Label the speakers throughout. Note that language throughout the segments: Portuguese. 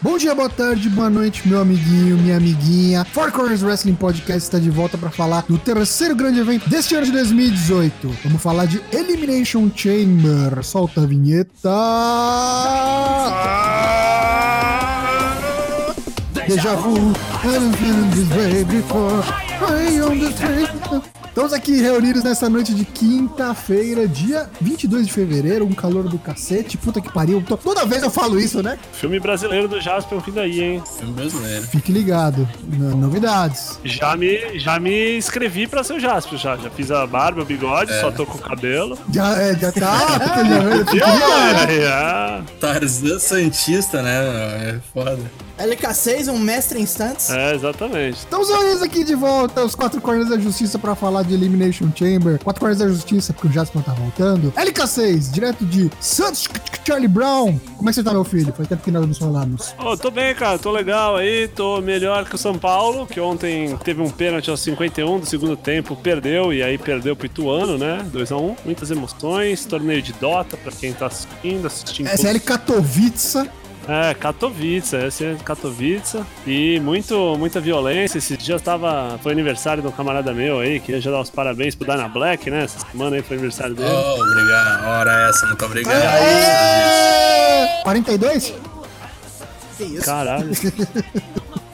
Speaker 1: Bom dia, boa tarde, boa noite, meu amiguinho, minha amiguinha. Four Corners Wrestling Podcast está de volta para falar do terceiro grande evento deste ano de 2018. Vamos falar de Elimination Chamber. Solta a vinheta. Deja vu. I haven't been this way before. I on the train. Estamos aqui reunidos nessa noite de quinta-feira, dia 22 de fevereiro, um calor do cacete, puta que pariu. Tô- Toda vez eu falo isso, né?
Speaker 2: Filme brasileiro do Jasper é vindo aí, hein?
Speaker 3: Filme brasileiro.
Speaker 1: Fique ligado, no- novidades.
Speaker 2: Já me, já me inscrevi pra ser o Jasper, já. Já fiz a barba, o bigode, só tô com o cabelo.
Speaker 1: Já, é, já tá, puta, já- fique ligado.
Speaker 2: É,
Speaker 3: Tarzan Santista, né? É foda.
Speaker 4: LK6, um mestre em instantes.
Speaker 2: é, é, exatamente.
Speaker 1: Estamos reunidos Então, aqui de volta, os Quatro Corners da Justiça, pra falar de Elimination Chamber. Quatro Corners da Justiça, porque o Jasper tá voltando. LK6, direto de Santos Charlie Brown. Como é que você tá, meu filho? Faz tempo que nós nos falamos.
Speaker 2: Ô, tô bem, cara, tô legal aí, tô melhor que o São Paulo, que ontem teve um pênalti aos 51 do segundo tempo, perdeu, e aí perdeu pro Ituano, né? 2x1, muitas emoções, torneio de Dota pra quem tá assistindo, assistindo.
Speaker 1: SL Katowice.
Speaker 2: É, Katowice, essa é Katowice. E muito, muita violência. Esse dia tava. Foi aniversário de um camarada meu aí, queria já dar os parabéns pro Dana Black, né? Essa semana aí foi aniversário dele.
Speaker 3: Oh, obrigado. Hora essa, muito obrigado.
Speaker 1: É. 42?
Speaker 4: Que isso?
Speaker 2: Caralho.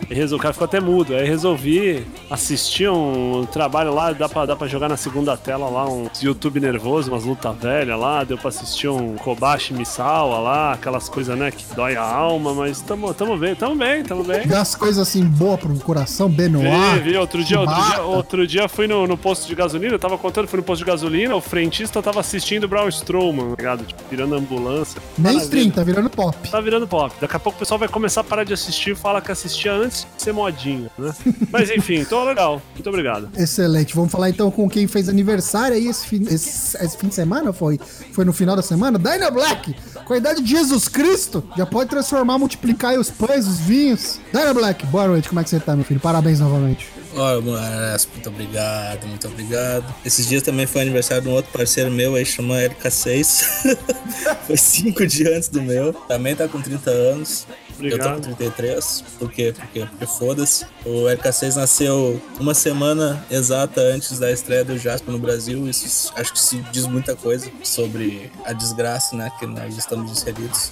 Speaker 2: E resol- O cara ficou até mudo. Aí resolvi assistir um trabalho lá, dá pra, dá pra jogar na segunda tela lá, um YouTube nervoso, umas luta velha lá, deu pra assistir um Kobashi Misawa lá, aquelas coisas, né, que dói a alma, mas tamo, tamo bem, tamo bem, tamo bem.
Speaker 1: Das coisas assim, boa pro coração, Benoit.
Speaker 2: Vi, vi. Outro dia, outro
Speaker 1: Chewbacca.
Speaker 2: dia, outro dia fui no, no posto de gasolina, eu tava contando, fui no posto de gasolina, o frentista tava assistindo o Braun Strowman, tá ligado? Tipo, virando ambulância.
Speaker 1: Mainstream,
Speaker 2: Maravilha.
Speaker 1: tá virando pop.
Speaker 2: Tá virando pop. Daqui a pouco o pessoal vai começar a parar de assistir e fala que assistia antes de ser modinha, né? Mas enfim, tô legal. Muito obrigado.
Speaker 1: Excelente. Vamos falar então com quem fez aniversário aí esse fim, esse, esse fim de semana, foi? Foi no final da semana? Dyna Black, com a idade de Jesus Cristo, já pode transformar, multiplicar aí os pães, os vinhos. Dyna Black, boa noite, como é que você tá, meu filho? Parabéns novamente.
Speaker 3: Ó, mano, é essa, muito obrigado, muito obrigado. Esses dias também foi aniversário de um outro parceiro meu aí, chama LK6. foi cinco dias antes do meu. Também tá com 30 anos. Eu tô
Speaker 2: Obrigado.
Speaker 3: com 33. Por quê? Porque, porque foda-se. O LK6 nasceu uma semana exata antes da estreia do Jasper no Brasil. Isso acho que se diz muita coisa sobre a desgraça, né? Que nós estamos inseridos.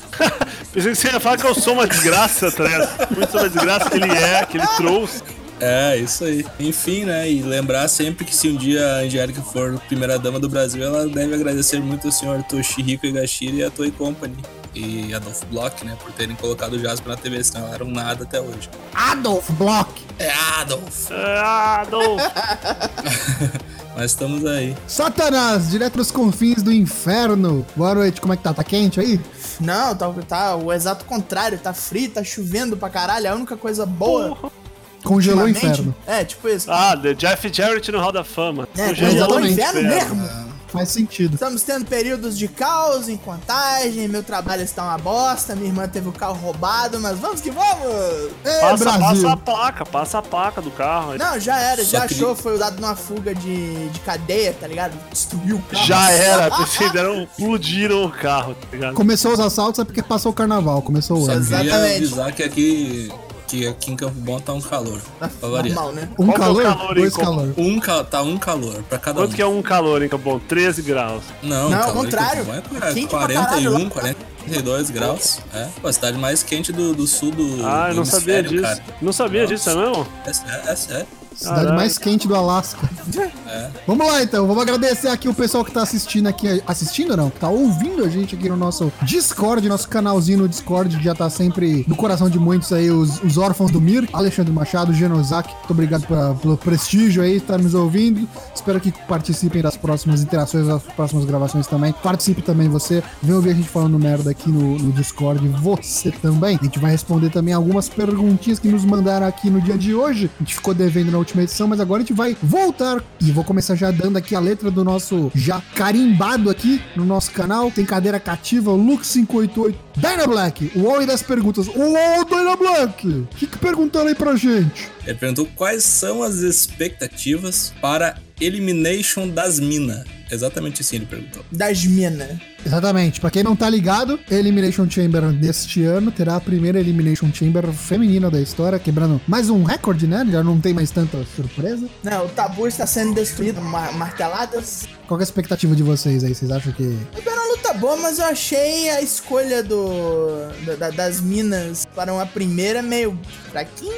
Speaker 2: Pensei que você ia falar que eu sou uma desgraça, tá ligado? Muito uma desgraça que ele é, que ele trouxe.
Speaker 3: É, isso aí. Enfim, né? E lembrar sempre que se um dia a Angélica for primeira dama do Brasil, ela deve agradecer muito ao senhor Toshihiko Igashira e a Toei Company. E Adolf Block, né? Por terem colocado o Jasper na TV, senão ela era um nada até hoje.
Speaker 1: Adolf Block.
Speaker 3: É Adolf!
Speaker 2: Ah, não.
Speaker 3: Mas estamos aí.
Speaker 1: Satanás, direto dos confins do inferno. Boa noite, como é que tá? Tá quente aí?
Speaker 4: Não, tá, tá o exato contrário. Tá frio, tá chovendo pra caralho. A única coisa boa.
Speaker 1: Congelou o
Speaker 4: ultimamente-
Speaker 1: inferno.
Speaker 4: É, tipo isso.
Speaker 2: Ah, The Jeff Jarrett no Hall da Fama.
Speaker 4: é,
Speaker 2: Hoje
Speaker 1: exatamente.
Speaker 2: eu
Speaker 4: congelou
Speaker 2: vou
Speaker 4: o
Speaker 2: no
Speaker 4: inferno
Speaker 2: inferno.
Speaker 4: mesmo.
Speaker 1: Faz sentido.
Speaker 4: Estamos tendo períodos de caos em contagem. Meu trabalho está uma bosta. Minha irmã teve o carro roubado, mas vamos que vamos.
Speaker 1: É,
Speaker 2: Passa,
Speaker 1: Brasil.
Speaker 2: passa a placa, passa a placa do carro.
Speaker 4: Não, já era,
Speaker 3: Só
Speaker 4: já
Speaker 3: que-
Speaker 4: achou. Foi dado numa fuga de, de cadeia, tá ligado? Destruiu o carro.
Speaker 2: Já era, vocês deram, explodiram o carro, tá ligado?
Speaker 1: Começou os assaltos, é porque passou o carnaval, começou o
Speaker 3: Só
Speaker 1: ano.
Speaker 3: queria
Speaker 4: Exatamente.
Speaker 3: avisar que aqui, que aqui em Campo Bom tá um calor. Pra variar.
Speaker 4: Normal, né?
Speaker 1: Um
Speaker 2: Qual que é o
Speaker 1: calor,
Speaker 2: calor aí,
Speaker 1: dois
Speaker 2: como-
Speaker 1: calor.
Speaker 3: Um ca- tá um calor pra cada um.
Speaker 2: Quanto que é um calor, hein, Cabon? 13 graus.
Speaker 3: Não,
Speaker 4: Não, ao
Speaker 3: calor em
Speaker 4: contrário.
Speaker 3: Campo Bom é
Speaker 4: Quente pra
Speaker 3: 41,
Speaker 4: caralho
Speaker 3: 42 graus. É, pô, a cidade mais quente do, do sul do.
Speaker 2: Ah,
Speaker 3: do
Speaker 2: eu não sabia
Speaker 3: hemisfério,
Speaker 2: disso. Não sabia
Speaker 3: Nossa.
Speaker 2: disso, não?
Speaker 3: É sério, é sério.
Speaker 1: Cidade
Speaker 2: Caralho.
Speaker 1: mais quente do Alasca. Vamos lá então, vamos agradecer aqui o pessoal que tá assistindo aqui, assistindo não, que tá ouvindo a gente aqui no nosso Discord, nosso canalzinho no Discord, que já tá sempre no coração de muitos aí, os, os órfãos do Mir, Alexandre Machado, Genozaki, muito obrigado pra- pelo prestígio aí, tá nos ouvindo, espero que participem das próximas interações, das próximas gravações também, participe também você, vem ouvir a gente falando merda aqui no, no Discord, você também, a gente vai responder também algumas perguntinhas que nos mandaram aqui no dia de hoje, a gente ficou devendo na última edição, mas agora a gente vai voltar e vou começar já dando aqui a letra do nosso já carimbado aqui no nosso canal. Tem cadeira cativa, Lux 588, Dyna Black, o homem das perguntas. Ô, ô, Dyna Black, o que, que perguntaram aí pra gente?
Speaker 3: Ele perguntou quais são as expectativas para Elimination das Minas. Exatamente assim ele perguntou.
Speaker 4: Das minas.
Speaker 1: Exatamente. Pra quem não tá ligado, Elimination Chamber neste ano terá a primeira Elimination Chamber feminina da história, quebrando mais um recorde, né? Já não tem mais tanta surpresa.
Speaker 4: Não, o tabu está sendo destruído, mar marteladas.
Speaker 1: Qual que é a expectativa de vocês aí? Vocês acham que
Speaker 4: Foi uma luta boa, Então tá mas eu achei a escolha do da- da- das minas para uma primeira meio fraquinha.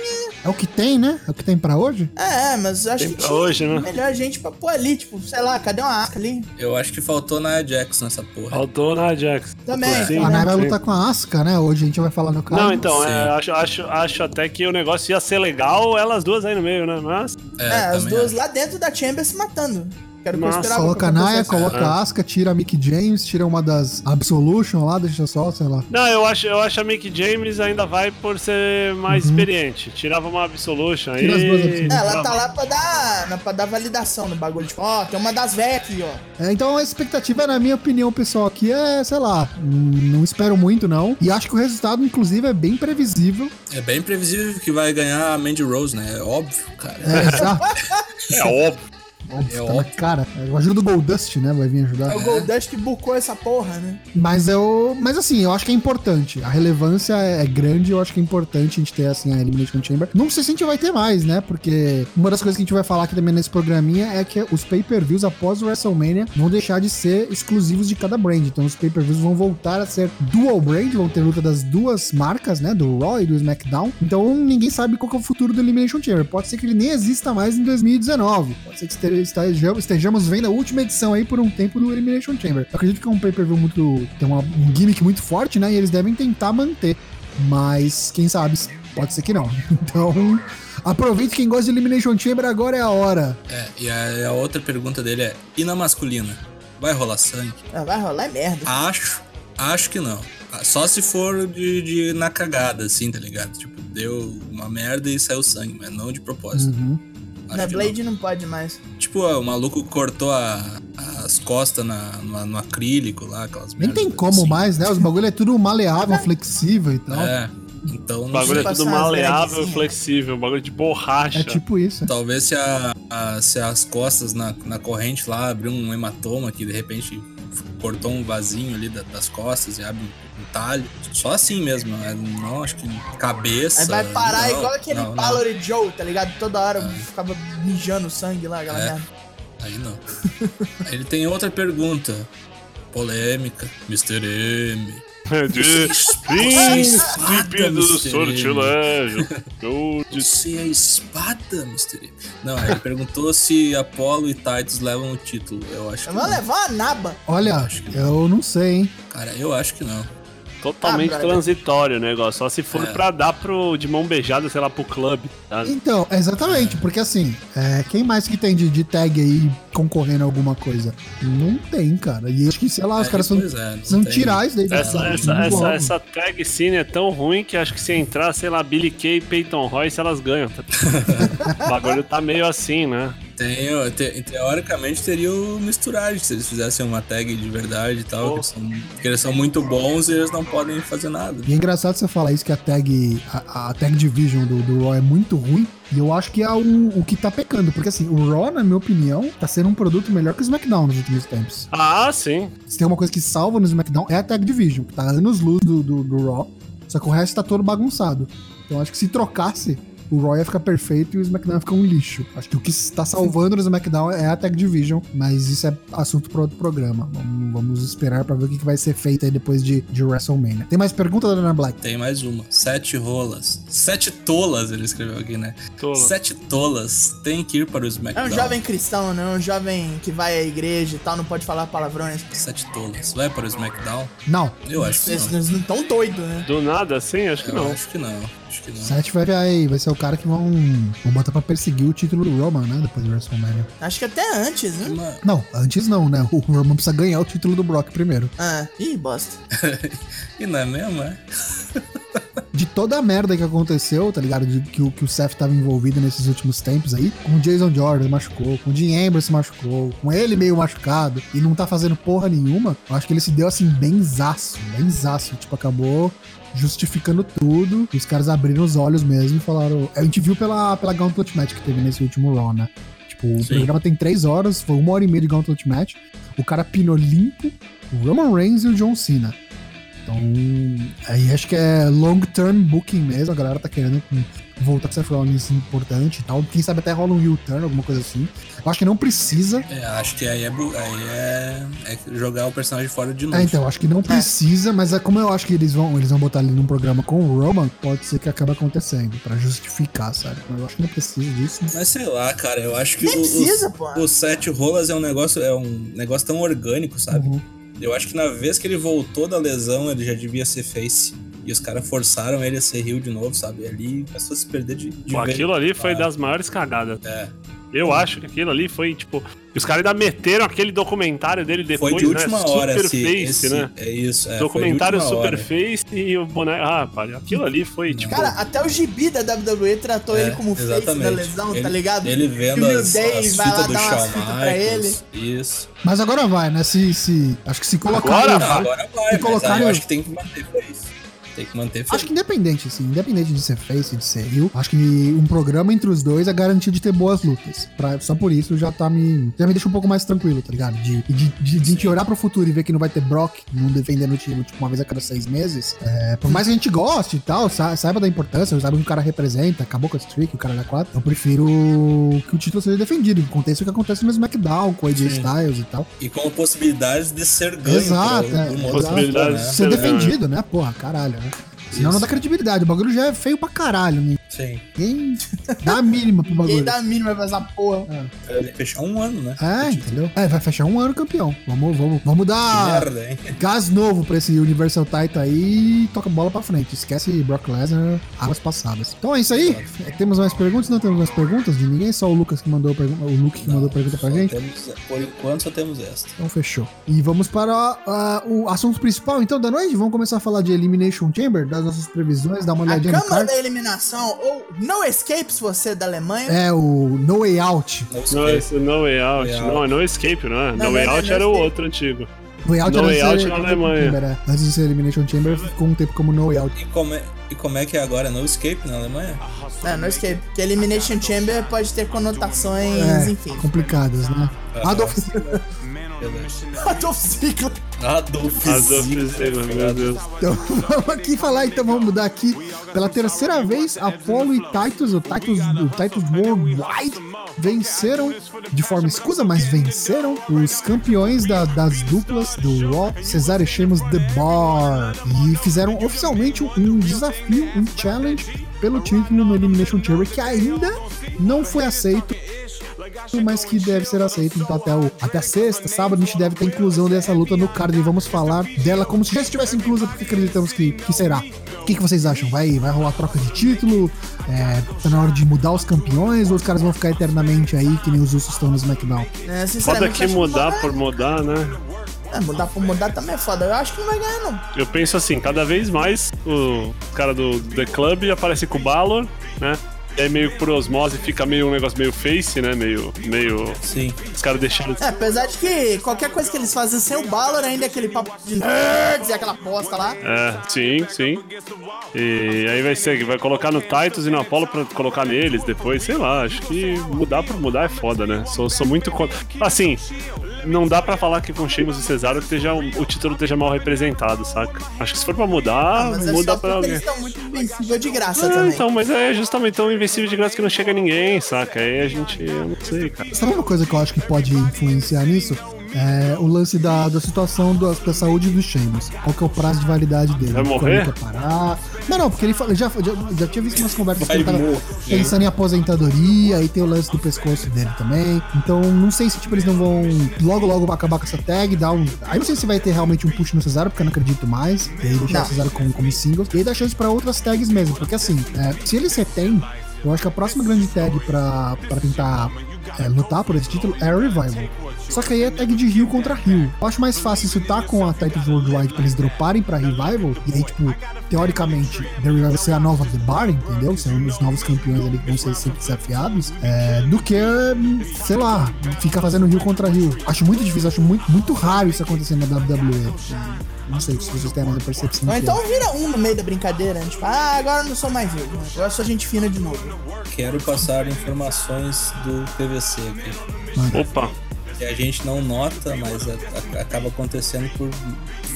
Speaker 1: é o que tem, né? É o que tem pra hoje?
Speaker 4: É, mas eu acho
Speaker 2: Tem
Speaker 4: que
Speaker 2: pra hoje, né?
Speaker 4: melhor gente pra pôr ali, tipo, sei lá, cadê uma arca ali?
Speaker 3: Eu acho que faltou na Jackson nessa porra.
Speaker 2: Faltou na Jackson.
Speaker 4: Também.
Speaker 2: Sim,
Speaker 1: a Naya vai
Speaker 2: né? sim.
Speaker 1: lutar com a Asuka, né? Hoje a gente vai falar no caso.
Speaker 2: Não, então,
Speaker 3: Sim.
Speaker 2: é, acho, acho, acho até que o negócio ia ser legal, elas duas aí no meio, né? Mas.
Speaker 3: É,
Speaker 4: É, as
Speaker 3: também
Speaker 4: duas
Speaker 3: acho.
Speaker 4: lá dentro da Chamber se matando. Quero que eu
Speaker 2: Nossa,
Speaker 4: esperava assim.
Speaker 1: Coloca a
Speaker 4: que
Speaker 1: Naya,
Speaker 4: acontecesse.
Speaker 1: coloca
Speaker 2: É.
Speaker 1: a Asuka, tira a Mick James, tira uma das Absolution lá, deixa só, sei lá.
Speaker 2: Não, eu acho, eu acho a Mick James ainda vai por ser mais
Speaker 4: Uhum.
Speaker 2: experiente. Tirava uma Absolution aí.
Speaker 1: Tira as duas Absolution.
Speaker 4: É, ela tá lá pra dar, na- pra dar validação no bagulho. Tipo, ó, tem uma das velhas aqui, ó.
Speaker 1: É, então a expectativa, na minha opinião, pessoal, aqui é, sei lá, hum, não espero muito, não. E acho que o resultado, inclusive, é bem previsível.
Speaker 3: É bem previsível que vai ganhar a Mandy Rose, né? É óbvio, cara.
Speaker 1: É, exato.
Speaker 2: É óbvio.
Speaker 1: Óbvio,
Speaker 3: É
Speaker 1: tá na
Speaker 3: óbvio.
Speaker 1: cara. É, ajuda o Goldust, né? Vai vir ajudar.
Speaker 4: É o Goldust que bucou essa porra, né?
Speaker 1: Mas eu. Mas assim, eu acho que é importante. A relevância é é grande, eu acho que é importante a gente ter assim a Elimination Chamber. Não sei se a gente vai ter mais, né? Porque uma das coisas que a gente vai falar aqui também nesse programinha é que os pay-per-views após o WrestleMania vão deixar de ser exclusivos de cada brand. Então os pay-per-views vão voltar a ser dual brand, vão ter luta das duas marcas, né? Do Raw e do SmackDown. Então ninguém sabe qual que é o futuro do Elimination Chamber. Pode ser que ele nem exista mais em 2019. Pode ser que este- estejamos estejamos vendo a última edição aí por um tempo do Elimination Chamber. Eu acredito que é um pay-per-view muito. tem uma- um gimmick muito forte, né? E eles devem tentar manter. Mas quem sabe, pode ser que não. Então. Aproveite quem gosta de Elimination Chamber, agora é a hora.
Speaker 3: É, e a, a outra pergunta dele é: e na masculina? Vai rolar sangue?
Speaker 4: Ah, vai rolar é merda.
Speaker 3: Acho, acho que não. Ah, Só se for de, de- na cagada, assim, tá ligado? Tipo, deu uma merda e saiu sangue, mas não de propósito.
Speaker 1: Uhum.
Speaker 3: Acho
Speaker 4: Hum. na
Speaker 3: que
Speaker 4: Né, Blade não pode mais.
Speaker 3: não. Tipo, ah, o maluco cortou a- as costas na, na- no acrílico lá, aquelas
Speaker 1: Nem tem
Speaker 3: merdas
Speaker 1: como
Speaker 3: assim.
Speaker 1: mais, né? Os bagulho é tudo maleável, flexível e tal. É,
Speaker 3: É, então
Speaker 2: O
Speaker 3: não
Speaker 2: bagulho é
Speaker 3: sei.
Speaker 2: tudo
Speaker 4: Passar as É
Speaker 2: maleável e
Speaker 4: greguezinhas.
Speaker 2: flexível, bagulho é de borracha.
Speaker 1: tipo isso.
Speaker 3: Talvez se, a- a- se as costas na, na corrente lá abriu um hematoma que de repente cortou um vasinho ali da- das costas e abre um, um talho. Só assim mesmo, né? não acho que cabeça.
Speaker 4: Aí vai parar
Speaker 3: não,
Speaker 4: igual aquele
Speaker 3: não, não.
Speaker 4: Valerie Joe, tá ligado? Toda hora eu ficava mijando sangue lá, aquela
Speaker 3: É.
Speaker 4: merda.
Speaker 3: Aí não. Aí ele tem outra pergunta. Polêmica. Mr. M.
Speaker 2: É de príncipe
Speaker 3: Espada,
Speaker 2: do
Speaker 3: Mr. M.
Speaker 2: sortilégio. Eu de
Speaker 3: Você é espada, Mr. M. Não, aí ele perguntou se Apollo e Titus levam o título. Eu acho que
Speaker 4: Eu vou
Speaker 3: não.
Speaker 4: levar uma naba.
Speaker 1: Olha, eu não sei, hein?
Speaker 3: Cara, eu acho que não.
Speaker 2: totalmente
Speaker 4: Ah, brother.
Speaker 2: transitório o negócio. Só se for
Speaker 3: É.
Speaker 2: pra dar pro de mão beijada, sei lá, pro clube. tá?
Speaker 1: Então, exatamente, porque assim, é, quem mais que tem de, de tag aí concorrendo a alguma coisa? Não tem, cara. E acho que, sei lá, Ah, os
Speaker 3: É,
Speaker 1: caras são,
Speaker 3: pois é, não
Speaker 1: precisam
Speaker 3: tem.
Speaker 1: tirar isso daí. do-
Speaker 2: Essa,
Speaker 1: do-
Speaker 2: essa,
Speaker 1: do-
Speaker 2: essa,
Speaker 1: logo.
Speaker 2: essa tag cine é tão ruim que acho que se entrar, sei lá, Billy Kay e Peyton Royce, elas ganham. tá? o bagulho tá meio assim, né?
Speaker 3: Tem, ó, te- teoricamente teria o misturagem, se eles fizessem uma tag de verdade e
Speaker 2: Oh.
Speaker 3: tal, que eles são, porque eles são muito bons e eles não podem fazer nada.
Speaker 1: E é engraçado você falar isso, que a tag, a, a tag division do, do Raw é muito ruim. E eu acho que é o, o que tá pecando. Porque assim, o Raw, na minha opinião, tá sendo um produto melhor que o SmackDown nos últimos tempos.
Speaker 2: Ah, sim.
Speaker 1: Se tem uma coisa que salva no SmackDown é a Tag Division, que tá anos luz do, do, do Raw, só que o resto tá todo bagunçado. Então acho que se trocasse, o Raw ia ficar perfeito e o SmackDown ia ficar um lixo. Acho que o que tá salvando no SmackDown é a Tag Division, mas isso é assunto pra outro programa. Vamos, vamos esperar pra ver o que, que vai ser feito aí depois de, de WrestleMania. Tem mais pergunta da Dana Black?
Speaker 3: Tem mais uma. Sete rolas. Sete tolas, ele escreveu aqui, né?
Speaker 2: Tô...
Speaker 3: Sete tolas tem que ir para o
Speaker 4: É
Speaker 3: SmackDown.
Speaker 4: um jovem cristão, né? Um jovem que vai à igreja e tal, não pode falar palavrões.
Speaker 3: Sete tolas. Vai para o SmackDown?
Speaker 1: Não.
Speaker 3: Eu acho que
Speaker 4: Vocês
Speaker 3: não.
Speaker 4: vocês não tão doido, né?
Speaker 2: Do nada, assim? Acho que
Speaker 3: Eu
Speaker 2: não.
Speaker 3: acho que não. Acho que não.
Speaker 1: Seth vai, vai, vai ser o cara que vão, vão botar pra perseguir o título do Roman, né? Depois do WrestleMania.
Speaker 4: Acho que até antes, né?
Speaker 3: Uma-
Speaker 1: Não, antes não, né? O Roman precisa ganhar o título do Brock primeiro.
Speaker 4: Ah, ih, bosta.
Speaker 3: E não é mesmo, é?
Speaker 1: de toda a merda que aconteceu, tá ligado? De, que, o- que o Seth tava envolvido nesses últimos tempos aí, com o Jason Jordan machucou, com o Jim Amber se machucou, com ele meio machucado e não tá fazendo porra nenhuma, eu acho que ele se deu assim, benzaço, benzaço. Tipo, acabou justificando tudo. E os caras abriram os olhos mesmo e falaram. A gente viu pela, pela Gauntlet Match que teve nesse último Raw, né? Tipo, o
Speaker 3: Sim.
Speaker 1: programa tem três horas, foi uma hora e meia de Gauntlet Match. O cara pinou limpo o Roman Reigns e o John Cena. Então, aí acho que é long-term booking mesmo. A galera tá querendo com- voltar com Seth Rollins importante e tal. Quem sabe até rola um U-turn, alguma coisa assim. Eu acho que não precisa.
Speaker 3: É, acho que aí, é, bu- aí é, é jogar o personagem fora de novo.
Speaker 4: Ah,
Speaker 1: É, então, acho que não precisa, mas é como eu acho que eles vão, eles vão botar ele num programa com o Roman, pode ser que acabe acontecendo, pra justificar, sabe? Mas eu acho que não precisa disso.
Speaker 3: Mas sei lá, cara, eu acho que
Speaker 4: Nem
Speaker 3: o-
Speaker 4: precisa, pô.
Speaker 3: os, os sete rolas é um negócio, é um negócio tão orgânico, sabe?
Speaker 1: Uhum.
Speaker 3: Eu acho que na vez que ele voltou da lesão, ele já devia ser face. E os caras forçaram ele a ser heel de novo, sabe? E ali começou a se perder de, de
Speaker 2: Pô,
Speaker 3: vez.
Speaker 2: aquilo ali foi
Speaker 3: Ah.
Speaker 2: das maiores cagadas.
Speaker 3: É.
Speaker 2: Eu acho que aquilo ali foi, tipo. Os caras ainda meteram aquele documentário dele depois,
Speaker 3: Foi de última
Speaker 2: né?
Speaker 3: hora,
Speaker 2: super
Speaker 3: esse,
Speaker 2: face,
Speaker 3: esse-
Speaker 2: né?
Speaker 3: É isso. É,
Speaker 2: documentário
Speaker 3: foi de última hora.
Speaker 2: super face e o boneco. Ah, pá, aquilo ali foi, tipo.
Speaker 4: Cara, até o gibi da WWE tratou
Speaker 3: É,
Speaker 4: ele como face
Speaker 3: exatamente.
Speaker 4: da lesão,
Speaker 3: Ele-
Speaker 4: tá ligado?
Speaker 3: Ele vendo
Speaker 4: New
Speaker 3: as,
Speaker 4: Day
Speaker 3: as
Speaker 4: vai lá
Speaker 3: fitas do
Speaker 4: dar umas
Speaker 3: Shawn
Speaker 4: fitas pra
Speaker 3: Michaels. Isso.
Speaker 1: Mas agora vai, né? Se, se, acho que se colocar.
Speaker 2: Agora
Speaker 3: Não,
Speaker 2: vai.
Speaker 3: Ah, agora vai, mas
Speaker 1: colocaram-
Speaker 3: aí eu acho que tem que manter face. Tem que manter face.
Speaker 1: Acho que independente, assim, independente de ser face, de ser heel, acho que um programa entre os dois é garantia de ter boas lutas. Pra- só por isso já tá me. Já me deixa um pouco mais tranquilo, tá ligado? De, de, de, de a gente olhar pro futuro e ver que não vai ter Brock não defendendo o título tipo, uma vez a cada seis meses. É, por mais que a gente goste e tal, sa- saiba da importância, saiba o que o cara representa, acabou com a streak, o cara da 4. Eu prefiro que o título seja defendido. Aconteça o que acontece no SmackDown, com o AJ
Speaker 3: Sim.
Speaker 1: Styles e tal.
Speaker 3: E com possibilidades de ser ganho.
Speaker 1: Exato,
Speaker 3: pelo-
Speaker 1: é,
Speaker 3: do
Speaker 1: exato.
Speaker 3: modo
Speaker 2: Possibilidades
Speaker 3: né?
Speaker 2: de
Speaker 1: Ser
Speaker 2: Legal,
Speaker 1: defendido, né? Porra, caralho, né? Senão não
Speaker 3: Isso.
Speaker 1: dá credibilidade. O bagulho já é feio pra caralho, né?
Speaker 3: Sim.
Speaker 1: Ninguém dá a mínima pro
Speaker 4: ele. Quem
Speaker 1: bagulho.
Speaker 4: dá a mínima pra essa porra.
Speaker 3: Ele fechar um ano, né?
Speaker 1: É, entendeu? É, vai fechar um ano campeão. Vamos, vamos, vamos
Speaker 3: Que
Speaker 1: dar
Speaker 3: merda, hein?
Speaker 1: gás novo pra esse Universal Titan aí e toca a bola pra frente. Esquece Brock Lesnar, águas passadas. Então é isso aí. Temos mais perguntas? Não temos mais perguntas de ninguém, só o Lucas que mandou a pergunta, o Luke que mandou a pergunta pra
Speaker 3: Só
Speaker 1: gente.
Speaker 3: temos- por enquanto só temos esta.
Speaker 1: Então fechou. E vamos para ah, o assunto principal então da noite. Vamos começar a falar de Elimination Chamber, das nossas previsões, dar uma
Speaker 4: A
Speaker 1: olhadinha no
Speaker 4: Câmara
Speaker 1: card.
Speaker 4: da Eliminação, ou No Escape, se você é da Alemanha.
Speaker 1: É o No Way Out.
Speaker 3: Não
Speaker 2: No,
Speaker 3: esquece.
Speaker 2: esse no Way Out.
Speaker 3: Way Out.
Speaker 2: Não, é No Escape, não é?
Speaker 4: Não,
Speaker 2: No
Speaker 4: não,
Speaker 2: Way
Speaker 4: não,
Speaker 2: Out
Speaker 4: não,
Speaker 2: era o
Speaker 4: escape.
Speaker 2: outro antigo.
Speaker 1: No Way Out,
Speaker 2: No
Speaker 1: era
Speaker 2: Way
Speaker 1: antes
Speaker 2: Out
Speaker 1: de ser
Speaker 2: na
Speaker 1: Elimination
Speaker 2: Alemanha.
Speaker 1: Chamber, é. Antes de ser Elimination Chamber, ficou um tempo como No Way Out.
Speaker 3: E como, é, e como é que é agora? No escape na Alemanha?
Speaker 4: É, No Escape. Porque Elimination Chamber pode ter conotações,
Speaker 1: É,
Speaker 4: enfim.
Speaker 1: complicadas, né?
Speaker 3: Ah,
Speaker 1: Adolf
Speaker 4: Adolf Ziggler.
Speaker 3: Adolf
Speaker 2: Adolf
Speaker 3: Ziggler,
Speaker 2: Ziggler, meu
Speaker 3: cara.
Speaker 2: Deus.
Speaker 1: Então vamos aqui falar, então vamos mudar aqui pela terceira vez, Apollo e Titus, o Titus, o Titus Worldwide venceram de forma escusa, mas venceram os campeões da- das duplas do Raw, Cesare Sheamus The Bar, e fizeram oficialmente um desafio, um challenge pelo título no Elimination Chamber que ainda não foi aceito mas que deve ser aceito então até, o, até a sexta, sábado, a gente deve ter inclusão dessa luta no card e vamos falar dela como se já estivesse inclusa, porque acreditamos que, que será. O que, que vocês acham? Vai, vai rolar troca de título? É, tá na hora de mudar os campeões ou os caras vão ficar eternamente aí, que nem os ursos estão no SmackDown?
Speaker 2: Foda
Speaker 4: É, sinceramente,
Speaker 2: que
Speaker 4: acho
Speaker 2: mudar
Speaker 4: não
Speaker 2: por mudar, né?
Speaker 4: vai- É, mudar por mudar também é foda. Eu acho que não vai ganhar, não.
Speaker 2: Eu penso assim, cada vez mais o cara do The Club aparece com o Balor, né? E aí meio que por osmose fica meio um negócio meio face, né? Meio. meio.
Speaker 3: Sim.
Speaker 2: Os caras deixaram.
Speaker 4: É, apesar de que qualquer coisa que eles fazem sem o Balor ainda é aquele papo de nerds e aquela bosta lá.
Speaker 2: É, sim, sim. E aí vai ser, vai colocar no Titus e no Apollo pra colocar neles depois, sei lá, acho que mudar por mudar é foda, né? Sou, sou muito contra. Assim, não dá pra falar que com Sheamus e Cesaro esteja, um, o título esteja mal representado, saca? Acho que se for pra mudar,
Speaker 4: Mas é
Speaker 2: Ah, muda
Speaker 4: só
Speaker 2: pra
Speaker 4: porque
Speaker 2: alguém.
Speaker 4: eles estão muito invencível de graça
Speaker 2: É,
Speaker 4: também.
Speaker 2: então, mas é justamente tão invencível de graça que não chega ninguém, saca? Aí a gente, eu não sei, cara.
Speaker 1: Sabe uma coisa que eu acho que pode influenciar nisso? É o lance da, da situação da, da saúde do Sheamus. Qual que é o prazo de validade dele?
Speaker 2: Vai
Speaker 1: Quando
Speaker 2: morrer?
Speaker 1: ele quer parar? Não, não, porque ele fala, já, já, já tinha visto umas conversas que
Speaker 3: Vai
Speaker 1: ele tava
Speaker 3: morrer.
Speaker 1: pensando em aposentadoria, aí tem o lance do pescoço dele também. Então, não sei se tipo, eles não vão logo, logo acabar com essa tag, dar um... Aí não sei se vai ter realmente um push no Cesaro, porque eu não acredito mais. E aí deixar
Speaker 4: Não.
Speaker 1: o Cesaro como, como singles. E aí dá chance pra outras tags mesmo, porque assim, é, se ele retém, eu acho que a próxima grande tag pra, pra tentar é, lutar por esse título é a Revival. Só que aí é tag de Rio contra Rio. Eu acho mais fácil isso tá com a Type Worldwide pra eles droparem pra Revival. E aí, tipo, teoricamente, The Revival ser a nova The Bar, entendeu? Ser um dos novos campeões ali que vão ser sempre desafiados. é, do que, sei lá, ficar fazendo Rio contra Rio. Acho muito difícil, acho muito, muito raro isso acontecer na WWE. Não sei se vocês têm mais percepção.
Speaker 4: Ou
Speaker 1: que
Speaker 4: então vira um no meio da brincadeira, né? tipo, ah, agora eu não sou mais vivo, agora sou gente fina de novo.
Speaker 3: Quero passar informações do PVC aqui.
Speaker 2: Opa,
Speaker 3: Que a gente não nota, mas a- a- acaba acontecendo por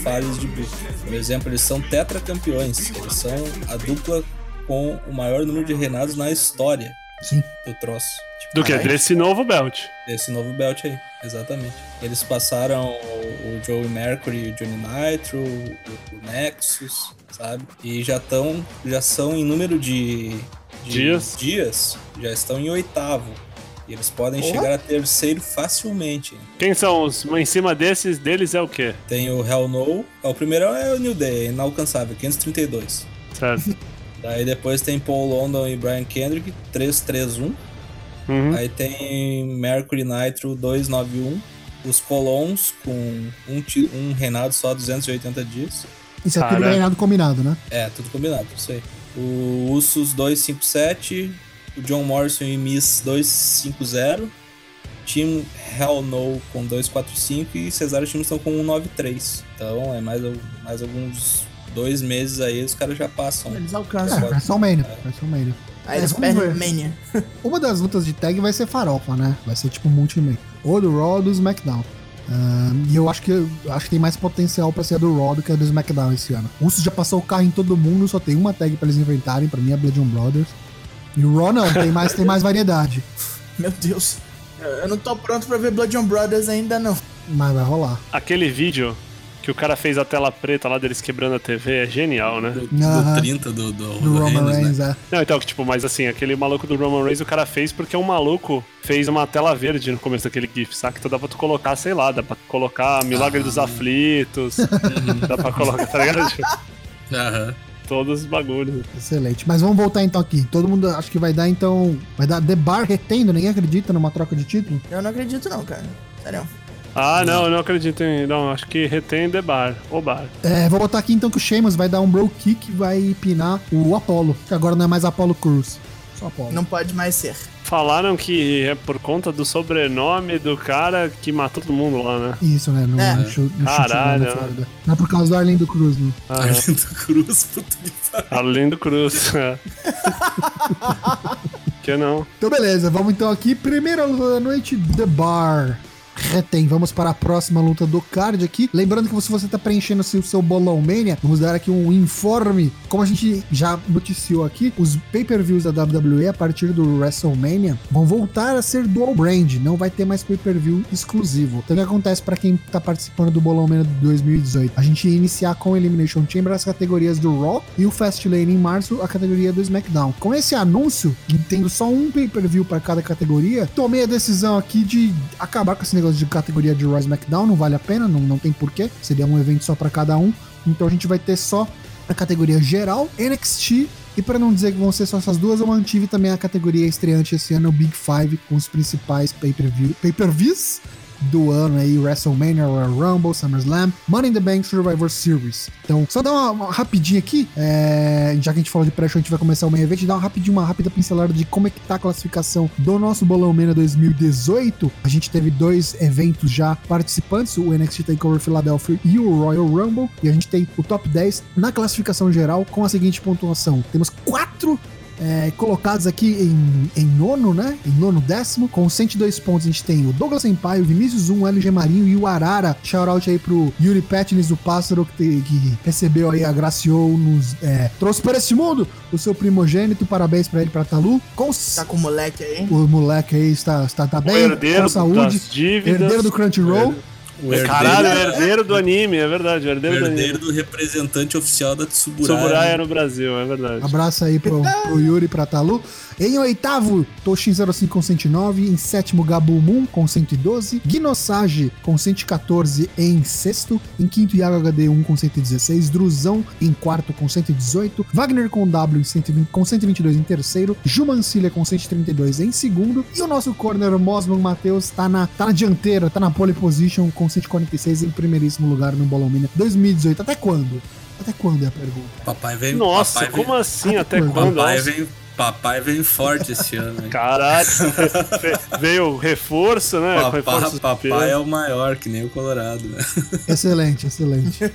Speaker 3: falhas de book. Por exemplo, eles são tetracampeões. Eles são a dupla com o maior número de reinados na história
Speaker 1: é. Sim.
Speaker 3: do troço. Tipo,
Speaker 2: do que?
Speaker 4: é
Speaker 3: caralho.
Speaker 2: Desse novo belt.
Speaker 3: Desse novo belt aí, exatamente. Eles passaram o, o Joey Mercury, o Johnny Nitro, o, o Nexus, sabe? E já estão, já são em número de, de
Speaker 2: Dias.
Speaker 3: dias, já estão em oitavo. E eles podem
Speaker 4: Porra.
Speaker 3: chegar a terceiro facilmente.
Speaker 2: Quem são os em cima desses deles é o quê?
Speaker 3: Tem o Hell No, ah, o primeiro é o New Day, é inalcançável, 532.
Speaker 2: Certo.
Speaker 3: Daí depois tem Paul London e Brian Kendrick, 331.
Speaker 2: Uhum.
Speaker 3: Aí tem Mercury Nitro 291. Os Colons com um, ti- um reinado só 280 dias.
Speaker 1: Isso é tudo
Speaker 2: Cara.
Speaker 1: ganhado combinado, né?
Speaker 3: É, tudo combinado, isso aí. O Usos 257. O John Morrison e Miss 250. Team Hell No com 245. E Cesaro e Team estão com 193. Então é mais, al- mais alguns dois meses aí os caras já passam.
Speaker 4: Eles
Speaker 1: É,
Speaker 4: alcançam.
Speaker 3: Agora-
Speaker 1: WrestleMania. WrestleMania.
Speaker 4: Aí
Speaker 1: É,
Speaker 4: eles
Speaker 1: vamos
Speaker 4: perdem
Speaker 1: ver.
Speaker 4: o Mania.
Speaker 1: Uma das lutas de tag vai ser farofa, né? Vai ser tipo multi-man. Ou do Raw ou do SmackDown. Ah, e eu acho que eu acho que tem mais potencial pra ser a do Raw do que a do SmackDown esse ano. O Uso já passou o carro em todo mundo, só tem uma tag pra eles inventarem, pra mim é Bludgeon Brothers. E o Raw não, tem mais, tem mais variedade.
Speaker 4: Meu Deus. Eu eu não tô pronto pra ver Blood on Brothers ainda, não.
Speaker 1: Mas vai rolar.
Speaker 2: Aquele vídeo que o cara fez a tela preta lá deles quebrando a TV é genial, né?
Speaker 3: Do,
Speaker 1: Aham.
Speaker 3: do 30 do, do,
Speaker 1: Do
Speaker 3: do
Speaker 1: Roman
Speaker 3: Reigns, né?
Speaker 1: Reigns, é.
Speaker 2: Não, então, que, tipo, mas assim, aquele maluco do Roman Reigns o cara fez porque um maluco fez uma tela verde no começo daquele GIF, saca? Então dá pra tu colocar, sei lá, dá pra colocar Milagre dos Aflitos, dá pra colocar, tá ligado? Tipo,
Speaker 3: Aham.
Speaker 2: Todos os bagulhos.
Speaker 1: Excelente. Mas vamos voltar então aqui. Todo mundo acho que vai dar então. Vai dar The Bar retendo, ninguém acredita numa troca de título.
Speaker 4: Eu não acredito, não, cara. Sério.
Speaker 2: Ah, não, eu não acredito em. Não, acho que retém The Bar. O Bar.
Speaker 1: É, vou botar aqui então que o Sheamus vai dar um bro kick e vai pinar o Apollo, que agora não é mais Apollo Cruz. Só Apollo.
Speaker 4: Não pode mais ser.
Speaker 2: Falaram que é por conta do sobrenome do cara que matou todo mundo lá, né?
Speaker 1: Isso, né? No,
Speaker 4: É.
Speaker 1: no chu- no chute
Speaker 2: Caralho,
Speaker 1: lá na
Speaker 2: né?
Speaker 1: Flórida. Não é por causa do Arlindo Cruz, né?
Speaker 3: Arlindo Cruz, puta que pariu.
Speaker 2: Arlindo Cruz. é. que não.
Speaker 1: Então beleza, vamos então aqui. Primeira luta da noite, The Bar. Retém, vamos para a próxima luta do card aqui. Lembrando que se você tá preenchendo o seu, seu bolão mania, vamos dar aqui um informe. Como a gente já noticiou aqui, os pay-per-views da WWE a partir do WrestleMania vão voltar a ser dual brand, não vai ter mais pay-per-view exclusivo. Então o que acontece para quem tá participando do bolão mania de 2018? A gente ia iniciar com o Elimination Chamber as categorias do Raw e o Fastlane em março a categoria do SmackDown. Com esse anúncio, e tendo só um pay-per-view para cada categoria, tomei a decisão aqui de acabar com esse negócio de categoria de Raw e SmackDown, não vale a pena, não, não tem porquê, seria um evento só para cada um, então a gente vai ter só a categoria geral, NXT e para não dizer que vão ser só essas duas, eu mantive também a categoria estreante esse ano, o Big Five, com os principais pay-per-view- pay-per-views do ano aí, WrestleMania, Royal Rumble, SummerSlam, Money in the Bank, Survivor Series. Então, só dar uma, uma rapidinha aqui, é, já que a gente falou de pré-show, a gente vai começar o main event, dar uma rapidinha, uma rápida pincelada de como é que tá a classificação do nosso Bolão Mania 2018. A gente teve dois eventos já participantes, o NXT TakeOver Philadelphia e o Royal Rumble, e a gente tem o top 10 na classificação geral com a seguinte pontuação. Temos quatro é, colocados aqui em, em nono, né? Em nono décimo. Com 102 pontos, a gente tem o Douglas Senpai, o Vinícius 1, o LG Marinho e o Arara. Shout out aí pro Yuri Petnis, o pássaro que, te- que recebeu aí, agraciou, nos é, trouxe para esse mundo o seu primogênito. Parabéns pra ele, pra Talu. Com s-
Speaker 4: Tá com o moleque aí.
Speaker 1: o moleque aí está, está, tá
Speaker 2: o
Speaker 1: bem,
Speaker 2: herdeiro
Speaker 1: com saúde.
Speaker 2: das dívidas.
Speaker 1: Herdeiro do Crunchyroll.
Speaker 3: O herdeiro,
Speaker 2: Caralho, o herdeiro do anime, é verdade, o
Speaker 3: o
Speaker 2: herdeiro,
Speaker 3: herdeiro
Speaker 2: do anime.
Speaker 3: do representante oficial da Tsuburaya.
Speaker 2: Soburaia no Brasil, é verdade.
Speaker 1: Abraço aí pro, pro Yuri e pra Talu. Em oitavo, Toshin05 com 109. Em sétimo, Gabu Moon com 112. Gnossage com 114 em sexto. Em quinto, Iago HD1 com 116. Druzão em quarto com 118. Wagner com W em 120, com 122 em terceiro. Jumancilha com 132 em segundo. E o nosso corner, Mosman Matheus, tá na, tá na dianteira, tá na pole position com 146 em primeiríssimo lugar no Bolomina 2018. Até quando? Até quando é a pergunta?
Speaker 3: Papai veio.
Speaker 2: Nossa,
Speaker 3: papai
Speaker 2: como
Speaker 3: veio,
Speaker 2: assim? Até
Speaker 1: Papai
Speaker 2: quando?
Speaker 3: Papai
Speaker 2: Nossa,
Speaker 3: veio, Papai vem forte esse ano. hein?
Speaker 2: Caralho, ve- veio reforço, né? Com
Speaker 3: Papá,
Speaker 2: reforço
Speaker 3: papai é o maior, que nem o Colorado, né?
Speaker 1: Excelente, excelente.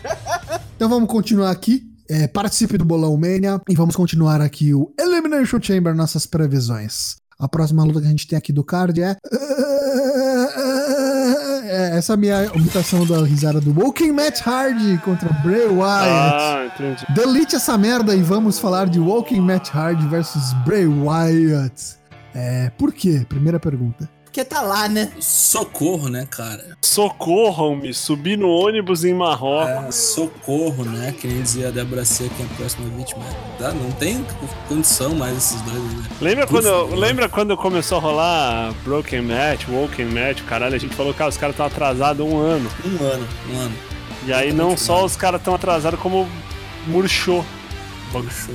Speaker 1: então vamos continuar aqui. É, participe do Bolão Mania e vamos continuar aqui o Elimination Chamber, nossas previsões. A próxima luta que a gente tem aqui do card é. é essa minha imitação da risada do Walking Matt Hardy contra Bray Wyatt.
Speaker 2: Ah, entendi.
Speaker 1: Delete essa merda e vamos falar de Walking Matt Hardy versus Bray Wyatt. É, por quê? Primeira pergunta.
Speaker 4: Porque tá lá, né?
Speaker 3: Socorro, né, cara?
Speaker 2: Socorram-me, subi no ônibus em Marrocos.
Speaker 3: É, socorro, né? Que nem dizia a Débora Seca, que é a próxima vítima. Tá, não tem condição mais esses dois, né?
Speaker 2: Lembra,
Speaker 3: Por
Speaker 2: quando,
Speaker 3: favor.
Speaker 2: lembra quando começou a rolar Broken Match, Woken Match, caralho? A gente falou, cara, os caras estão atrasados um ano.
Speaker 3: Um ano, um ano.
Speaker 2: E aí não só os caras estão atrasados, como murchou.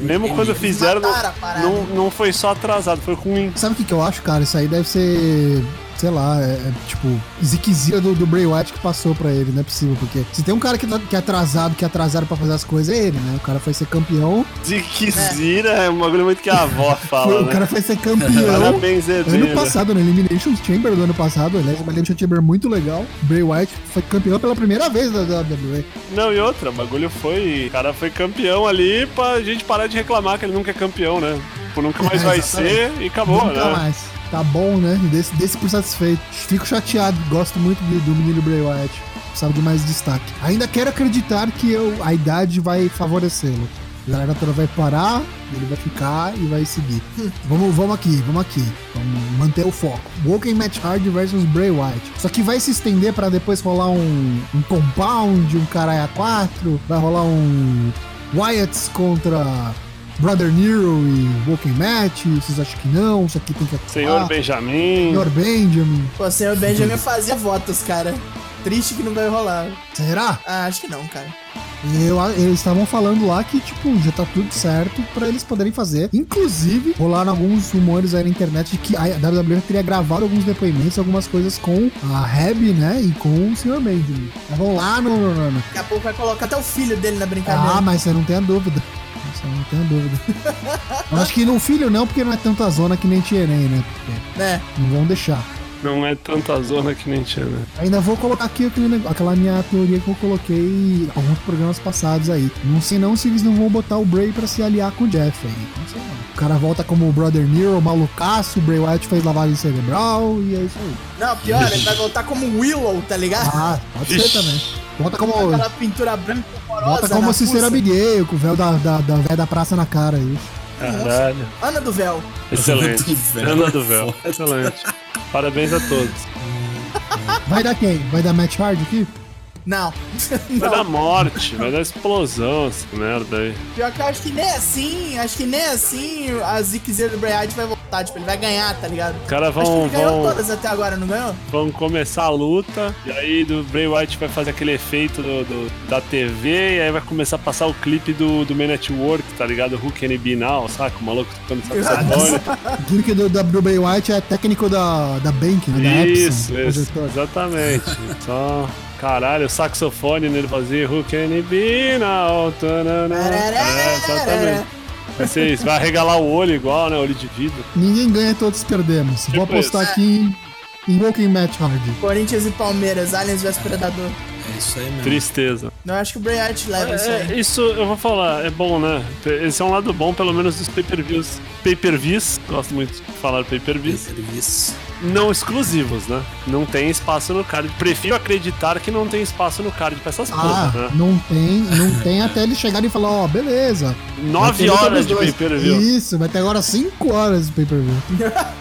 Speaker 2: Mesmo
Speaker 3: Entendi.
Speaker 2: quando fizeram, não-
Speaker 4: Mataram a parada.
Speaker 2: não, não foi só atrasado, foi com
Speaker 1: Sabe o que, que eu acho, cara? Isso aí deve ser. Sei lá, é, é, tipo, ziquezira do, do Bray Wyatt que passou pra ele, não é possível, porque se tem um cara que, tá- que é atrasado, que é atrasado pra fazer as coisas, é ele, né? O cara foi ser campeão,
Speaker 2: ziquezira, é um bagulho muito que a avó
Speaker 1: foi-
Speaker 2: fala,
Speaker 1: o cara
Speaker 2: né?
Speaker 1: foi ser campeão
Speaker 2: Parabéns,
Speaker 1: ano
Speaker 2: Edinho.
Speaker 1: passado, no Elimination Chamber do ano passado, aliás, uma Elimination Chamber muito legal, Bray Wyatt foi campeão pela primeira vez da WWE.
Speaker 2: Não, e outra, o bagulho foi. O cara foi campeão ali pra gente parar de reclamar que ele nunca é campeão, né? Tipo, nunca mais
Speaker 1: É,
Speaker 2: vai ser
Speaker 1: exatamente.
Speaker 2: e acabou,
Speaker 1: Nunca
Speaker 2: né?
Speaker 1: mais. Tá bom, né? Desse, desse por satisfeito. Fico chateado, gosto muito do, do menino Bray Wyatt. Precisava de mais destaque. Ainda quero acreditar que eu- a idade vai favorecê-lo. A galera toda vai parar, ele vai ficar e vai seguir. Vamos, vamos aqui, vamos aqui. Vamos manter o foco. Woken Match Hard versus Bray Wyatt. Só que vai se estender pra depois rolar um, um compound, um caralho a 4. Vai rolar um Wyatts contra Brother Nero e Woken Match. Vocês acham que não? Isso aqui tem que acabar.
Speaker 2: Senhor Benjamin.
Speaker 1: Ah. Senhor Benjamin.
Speaker 4: Pô, Tipo assim, o senhor Benjamin fazia votos, cara. Triste que não vai rolar.
Speaker 1: Será?
Speaker 4: Ah, acho que não, cara.
Speaker 1: Eu, eles estavam falando lá que, tipo, já tá tudo certo pra eles poderem fazer. Inclusive, rolaram alguns rumores aí na internet de que a WWE teria gravado alguns depoimentos, algumas coisas com a Reb, né? E com o Sr. Benjamin. Vão lá no. no- no- no-
Speaker 4: Daqui a pouco vai colocar até o filho dele na
Speaker 1: Ah,
Speaker 4: brincadeira.
Speaker 1: mas você não tem a dúvida. Você não tem a dúvida. Eu acho que no filho não, porque não é tanta zona que nem Tierém, né? Porque
Speaker 4: né?
Speaker 1: não vão deixar.
Speaker 2: Não é tanta zona que nem tinha, né?
Speaker 1: Ainda vou colocar aqui aquele nego- aquela minha teoria que eu coloquei em alguns programas passados aí. Não sei não se eles não vão botar o Bray pra se aliar com o Jeff aí. Não sei não. O cara volta como o Brother Nero, malucaço, o Bray Wyatt fez lavagem cerebral e é isso aí.
Speaker 4: Não, pior, ele vai voltar como Willow, tá ligado?
Speaker 1: Ah, pode ser
Speaker 2: Ixi.
Speaker 1: também. Volta como.
Speaker 4: Com Aquela pintura branca horrorosa.
Speaker 1: Volta como
Speaker 4: na
Speaker 1: Cicero
Speaker 4: fuça.
Speaker 1: Abigail, com o véu da, da, da, véia da praça na cara é aí.
Speaker 2: Caralho.
Speaker 4: Ana do Véu.
Speaker 2: Excelente.
Speaker 3: Ana do Véu.
Speaker 2: Ana do Véu. Excelente. Parabéns a todos.
Speaker 1: Vai dar quem? Vai dar Matt Hard aqui?
Speaker 4: Não.
Speaker 2: Vai dar
Speaker 4: não.
Speaker 2: morte, vai dar explosão essa merda aí.
Speaker 4: Pior que eu acho que nem assim, acho que nem assim a Ziquezeira do Bray Wyatt vai voltar. Tipo, ele vai ganhar, tá ligado?
Speaker 2: Os caras
Speaker 4: acho que
Speaker 2: vão,
Speaker 4: ele ganhou
Speaker 2: vão,
Speaker 4: todas até agora, não ganhou?
Speaker 2: vão começar a luta, e aí do Bray White vai fazer aquele efeito do, do- da TV, e aí vai começar a passar o clipe do, do Man at Work, tá ligado? Who can it be now, saca? O maluco tocando saxofone.
Speaker 1: O gimmick do, da- do Bray Wyatt é técnico da, da Bank,
Speaker 4: é
Speaker 1: né? Da
Speaker 2: Isso,
Speaker 1: Epson.
Speaker 2: isso.
Speaker 1: projetor.
Speaker 2: Exatamente. Só. Caralho, o saxofone nele fazia Who can it be now? Tanana. É, exatamente. Vai ser isso. Vai regalar o olho igual, né? Olho de vidro.
Speaker 1: Ninguém ganha, todos perdemos. Vou
Speaker 2: Tipo isso.
Speaker 1: apostar aqui em, em Walking Match Hard.
Speaker 4: Corinthians e Palmeiras, Aliens vs Predador.
Speaker 3: É isso aí mesmo.
Speaker 2: Tristeza.
Speaker 4: Não, eu acho que o Bray Wyatt leva isso aí.
Speaker 2: É, isso eu vou falar, é bom, né? Esse é um lado bom, pelo menos dos pay-per-views. Pay-per-views, gosto muito de falar pay-per-views.
Speaker 3: Serviço.
Speaker 2: Não exclusivos, né? Não tem espaço no card. Prefiro acreditar que não tem espaço no card pra essas
Speaker 1: Ah,
Speaker 2: porra, né?
Speaker 1: não tem, não tem até eles chegarem e falar, ó, beleza. vai ter
Speaker 2: Nove
Speaker 1: luta
Speaker 2: horas
Speaker 1: dos
Speaker 2: de
Speaker 1: dois.
Speaker 2: pay-per-view.
Speaker 1: Isso, vai ter agora 5 horas de pay-per-view.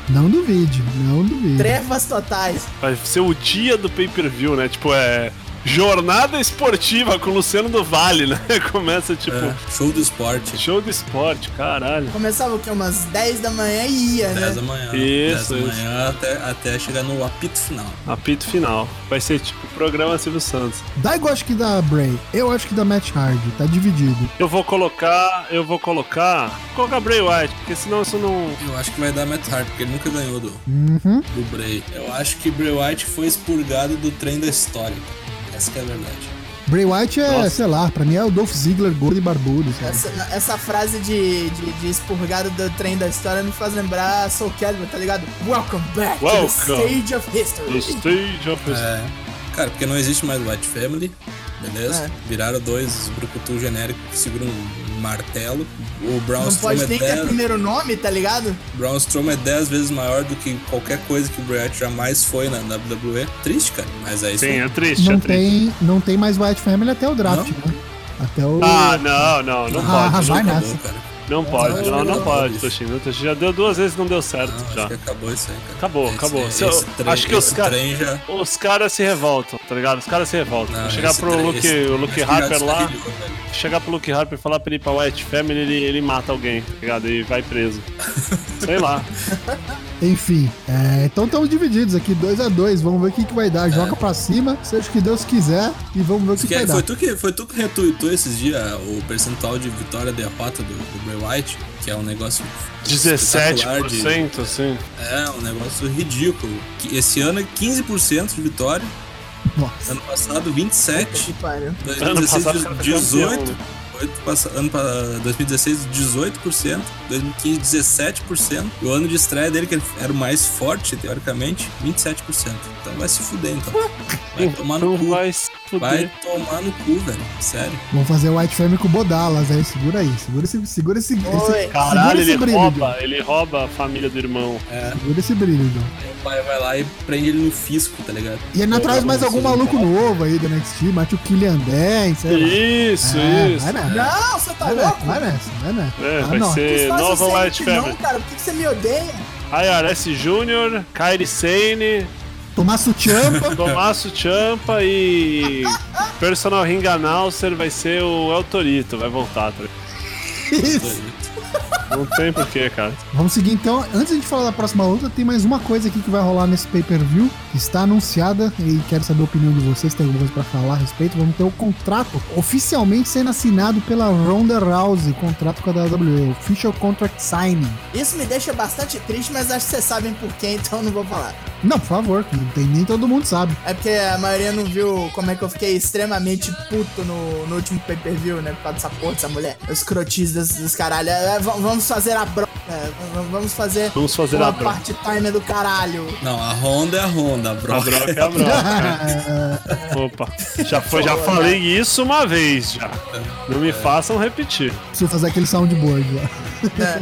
Speaker 1: não duvide, não duvide.
Speaker 4: Trevas totais.
Speaker 2: Vai ser o dia do pay-per-view, né? Tipo, é. Jornada esportiva com o Luciano do Vale, né? Começa tipo.
Speaker 3: É, show do esporte.
Speaker 2: Show do esporte, caralho.
Speaker 4: Começava o quê? Umas 10 da manhã e ia,
Speaker 3: 10
Speaker 4: né?
Speaker 3: da manhã.
Speaker 2: Isso,
Speaker 3: 10 da
Speaker 2: isso.
Speaker 3: manhã até, até chegar no apito final.
Speaker 2: Apito final. Vai ser tipo programa Silvio Santos.
Speaker 1: Daigo acho que dá Bray, eu acho que dá Match Hard, tá dividido.
Speaker 2: Eu vou colocar, eu vou colocar. Vou colocar Bray White, porque senão isso não.
Speaker 3: Eu acho que vai dar Matt Hart, porque ele nunca ganhou do,
Speaker 1: Uhum.
Speaker 3: do Bray. Eu acho que Bray White foi expurgado do trem da história. Essa que é a verdade.
Speaker 1: Bray White é,
Speaker 2: Nossa.
Speaker 1: sei lá, pra mim é o Dolph Ziggler gordo e barbudo, sabe?
Speaker 4: Essa, essa frase de, de, de expurgado do trem da história me faz lembrar Soul Calibur, tá ligado? Welcome back
Speaker 2: Welcome.
Speaker 4: to the stage of
Speaker 2: The
Speaker 4: history.
Speaker 2: Stage of
Speaker 3: É. Cara, porque não existe mais White Family, beleza?
Speaker 4: É.
Speaker 3: Viraram dois brucutu genérico que seguram um martelo. O Braun
Speaker 4: Não
Speaker 3: Strowman
Speaker 4: pode
Speaker 3: é
Speaker 4: nem ter
Speaker 3: 10,
Speaker 4: primeiro nome, tá ligado?
Speaker 3: Braun Strowman é 10 vezes maior do que qualquer coisa que o Bray Wyatt jamais foi na WWE. Triste, cara, mas é isso.
Speaker 2: Sim, é triste, é
Speaker 1: Não
Speaker 2: triste.
Speaker 1: tem, não tem mais White Family até o draft, né? Até o.
Speaker 2: Ah, não, não, não
Speaker 1: Ah,
Speaker 2: pode.
Speaker 1: vai
Speaker 2: não,
Speaker 1: nessa.
Speaker 3: Acabou, cara.
Speaker 2: não pode, não, não
Speaker 3: Não,
Speaker 2: pode,
Speaker 3: não.
Speaker 2: Toshinho. Toshinho já deu duas vezes e não deu certo.
Speaker 3: Não,
Speaker 2: já.
Speaker 3: acho que acabou isso aí, cara.
Speaker 2: Acabou,
Speaker 3: Esse-
Speaker 2: acabou.
Speaker 3: Esse,
Speaker 2: Se eu-
Speaker 3: trem,
Speaker 2: acho que os
Speaker 3: esse
Speaker 2: cara-
Speaker 3: trem já...
Speaker 2: Os caras se revoltam, tá ligado? Os caras se revoltam.
Speaker 3: Não,
Speaker 2: chegar
Speaker 3: esse
Speaker 2: pro
Speaker 3: trem-
Speaker 2: Luke,
Speaker 3: esse-
Speaker 2: o Luke
Speaker 3: esse tá
Speaker 2: Harper
Speaker 3: já
Speaker 2: lá,
Speaker 3: descarrilhou, velho.
Speaker 2: chegar pro Luke Harper e falar pra ele ir pra White Family, ele, ele mata alguém, tá ligado? E vai preso. Sei lá.
Speaker 1: Enfim, é, então estamos divididos aqui, 2 a 2 Vamos ver o que, que vai
Speaker 2: É.
Speaker 1: dar. Joga pra cima, seja o que Deus quiser, e vamos ver o que,
Speaker 3: Que
Speaker 1: vai
Speaker 3: foi,
Speaker 1: dar.
Speaker 3: tu que, foi tu que retweetou esses dias o percentual de vitória e derrota do, do Bray White, que é um negócio
Speaker 2: 17%,
Speaker 3: espetacular de-
Speaker 2: assim.
Speaker 3: É, um negócio ridículo. Que Esse ano é 15% de vitória,
Speaker 1: Nossa.
Speaker 3: ano passado
Speaker 4: Puta que
Speaker 3: 27,
Speaker 4: pariu.
Speaker 3: 2016
Speaker 2: passado, cara, um foi
Speaker 3: 18,
Speaker 2: campeão,
Speaker 3: oito passa- ano pa- 2016 18%, 2015 17%, e o ano de estreia dele que ele era o mais forte teoricamente, 27%. Então vai se fuder então. Vai tomar no
Speaker 2: Então
Speaker 3: cu.
Speaker 2: vai se
Speaker 3: Vai
Speaker 2: fuder.
Speaker 3: tomar no cu, velho. Sério.
Speaker 1: Vamos fazer o White Family com o Bodalas, aí. Segura aí, segura esse, segura esse, esse,
Speaker 4: Oi.
Speaker 2: Caralho,
Speaker 1: segura esse
Speaker 2: ele
Speaker 1: brilho,
Speaker 2: rouba, ele rouba a família do irmão.
Speaker 1: John. Segura esse brilho, John.
Speaker 3: O pai vai lá e prende ele no fisco, tá ligado?
Speaker 1: E ainda traz mais algum maluco novo aí do NXT, mate o Killian 10, sei lá.
Speaker 2: Isso,
Speaker 1: É,
Speaker 2: isso.
Speaker 1: Vai nessa,
Speaker 4: Não, você tá
Speaker 1: vai nessa,
Speaker 4: louco?
Speaker 1: vai nessa, vai nessa.
Speaker 2: É,
Speaker 1: Ah,
Speaker 2: vai
Speaker 1: não.
Speaker 2: ser
Speaker 4: Faz
Speaker 2: nova
Speaker 4: você
Speaker 2: White
Speaker 4: que não,
Speaker 2: Family.
Speaker 4: cara, por que que você me odeia?
Speaker 2: IRS Jr., Kairi Sane,
Speaker 1: Tomar sutiampa.
Speaker 2: Tomasso Champa e Personal Ring Announcer vai ser o El Torito, vai voltar. tá ligado?
Speaker 1: isso.
Speaker 2: Não tem porquê, cara.
Speaker 1: Vamos seguir então. Antes de falar da próxima luta, tem mais uma coisa aqui que vai rolar nesse pay-per-view. que Está anunciada e quero saber a opinião de vocês. Tem alguma coisa pra falar a respeito? Vamos ter o contrato oficialmente sendo assinado pela Ronda Rousey, contrato com a WWE, official contract signing.
Speaker 4: Isso me deixa bastante triste, mas acho que vocês sabem por quê, então eu não vou falar.
Speaker 1: Não, por favor, não tem nem todo mundo sabe.
Speaker 4: É porque a maioria não viu como é que eu fiquei extremamente puto no, no último pay-per-view, né? Por causa dessa porra, dessa mulher. Os crotis dos, dos caralho. É, v- vamos fazer a bro... é, v- vamos fazer
Speaker 2: Vamos fazer a
Speaker 4: uma
Speaker 2: bro-
Speaker 4: parte timer do caralho.
Speaker 3: Não, a Honda é a Honda, a
Speaker 2: A
Speaker 3: broca.
Speaker 2: broca é a broca. Opa, já, foi, já falei isso uma vez já. Não me façam repetir.
Speaker 1: Preciso fazer aquele soundboard lá.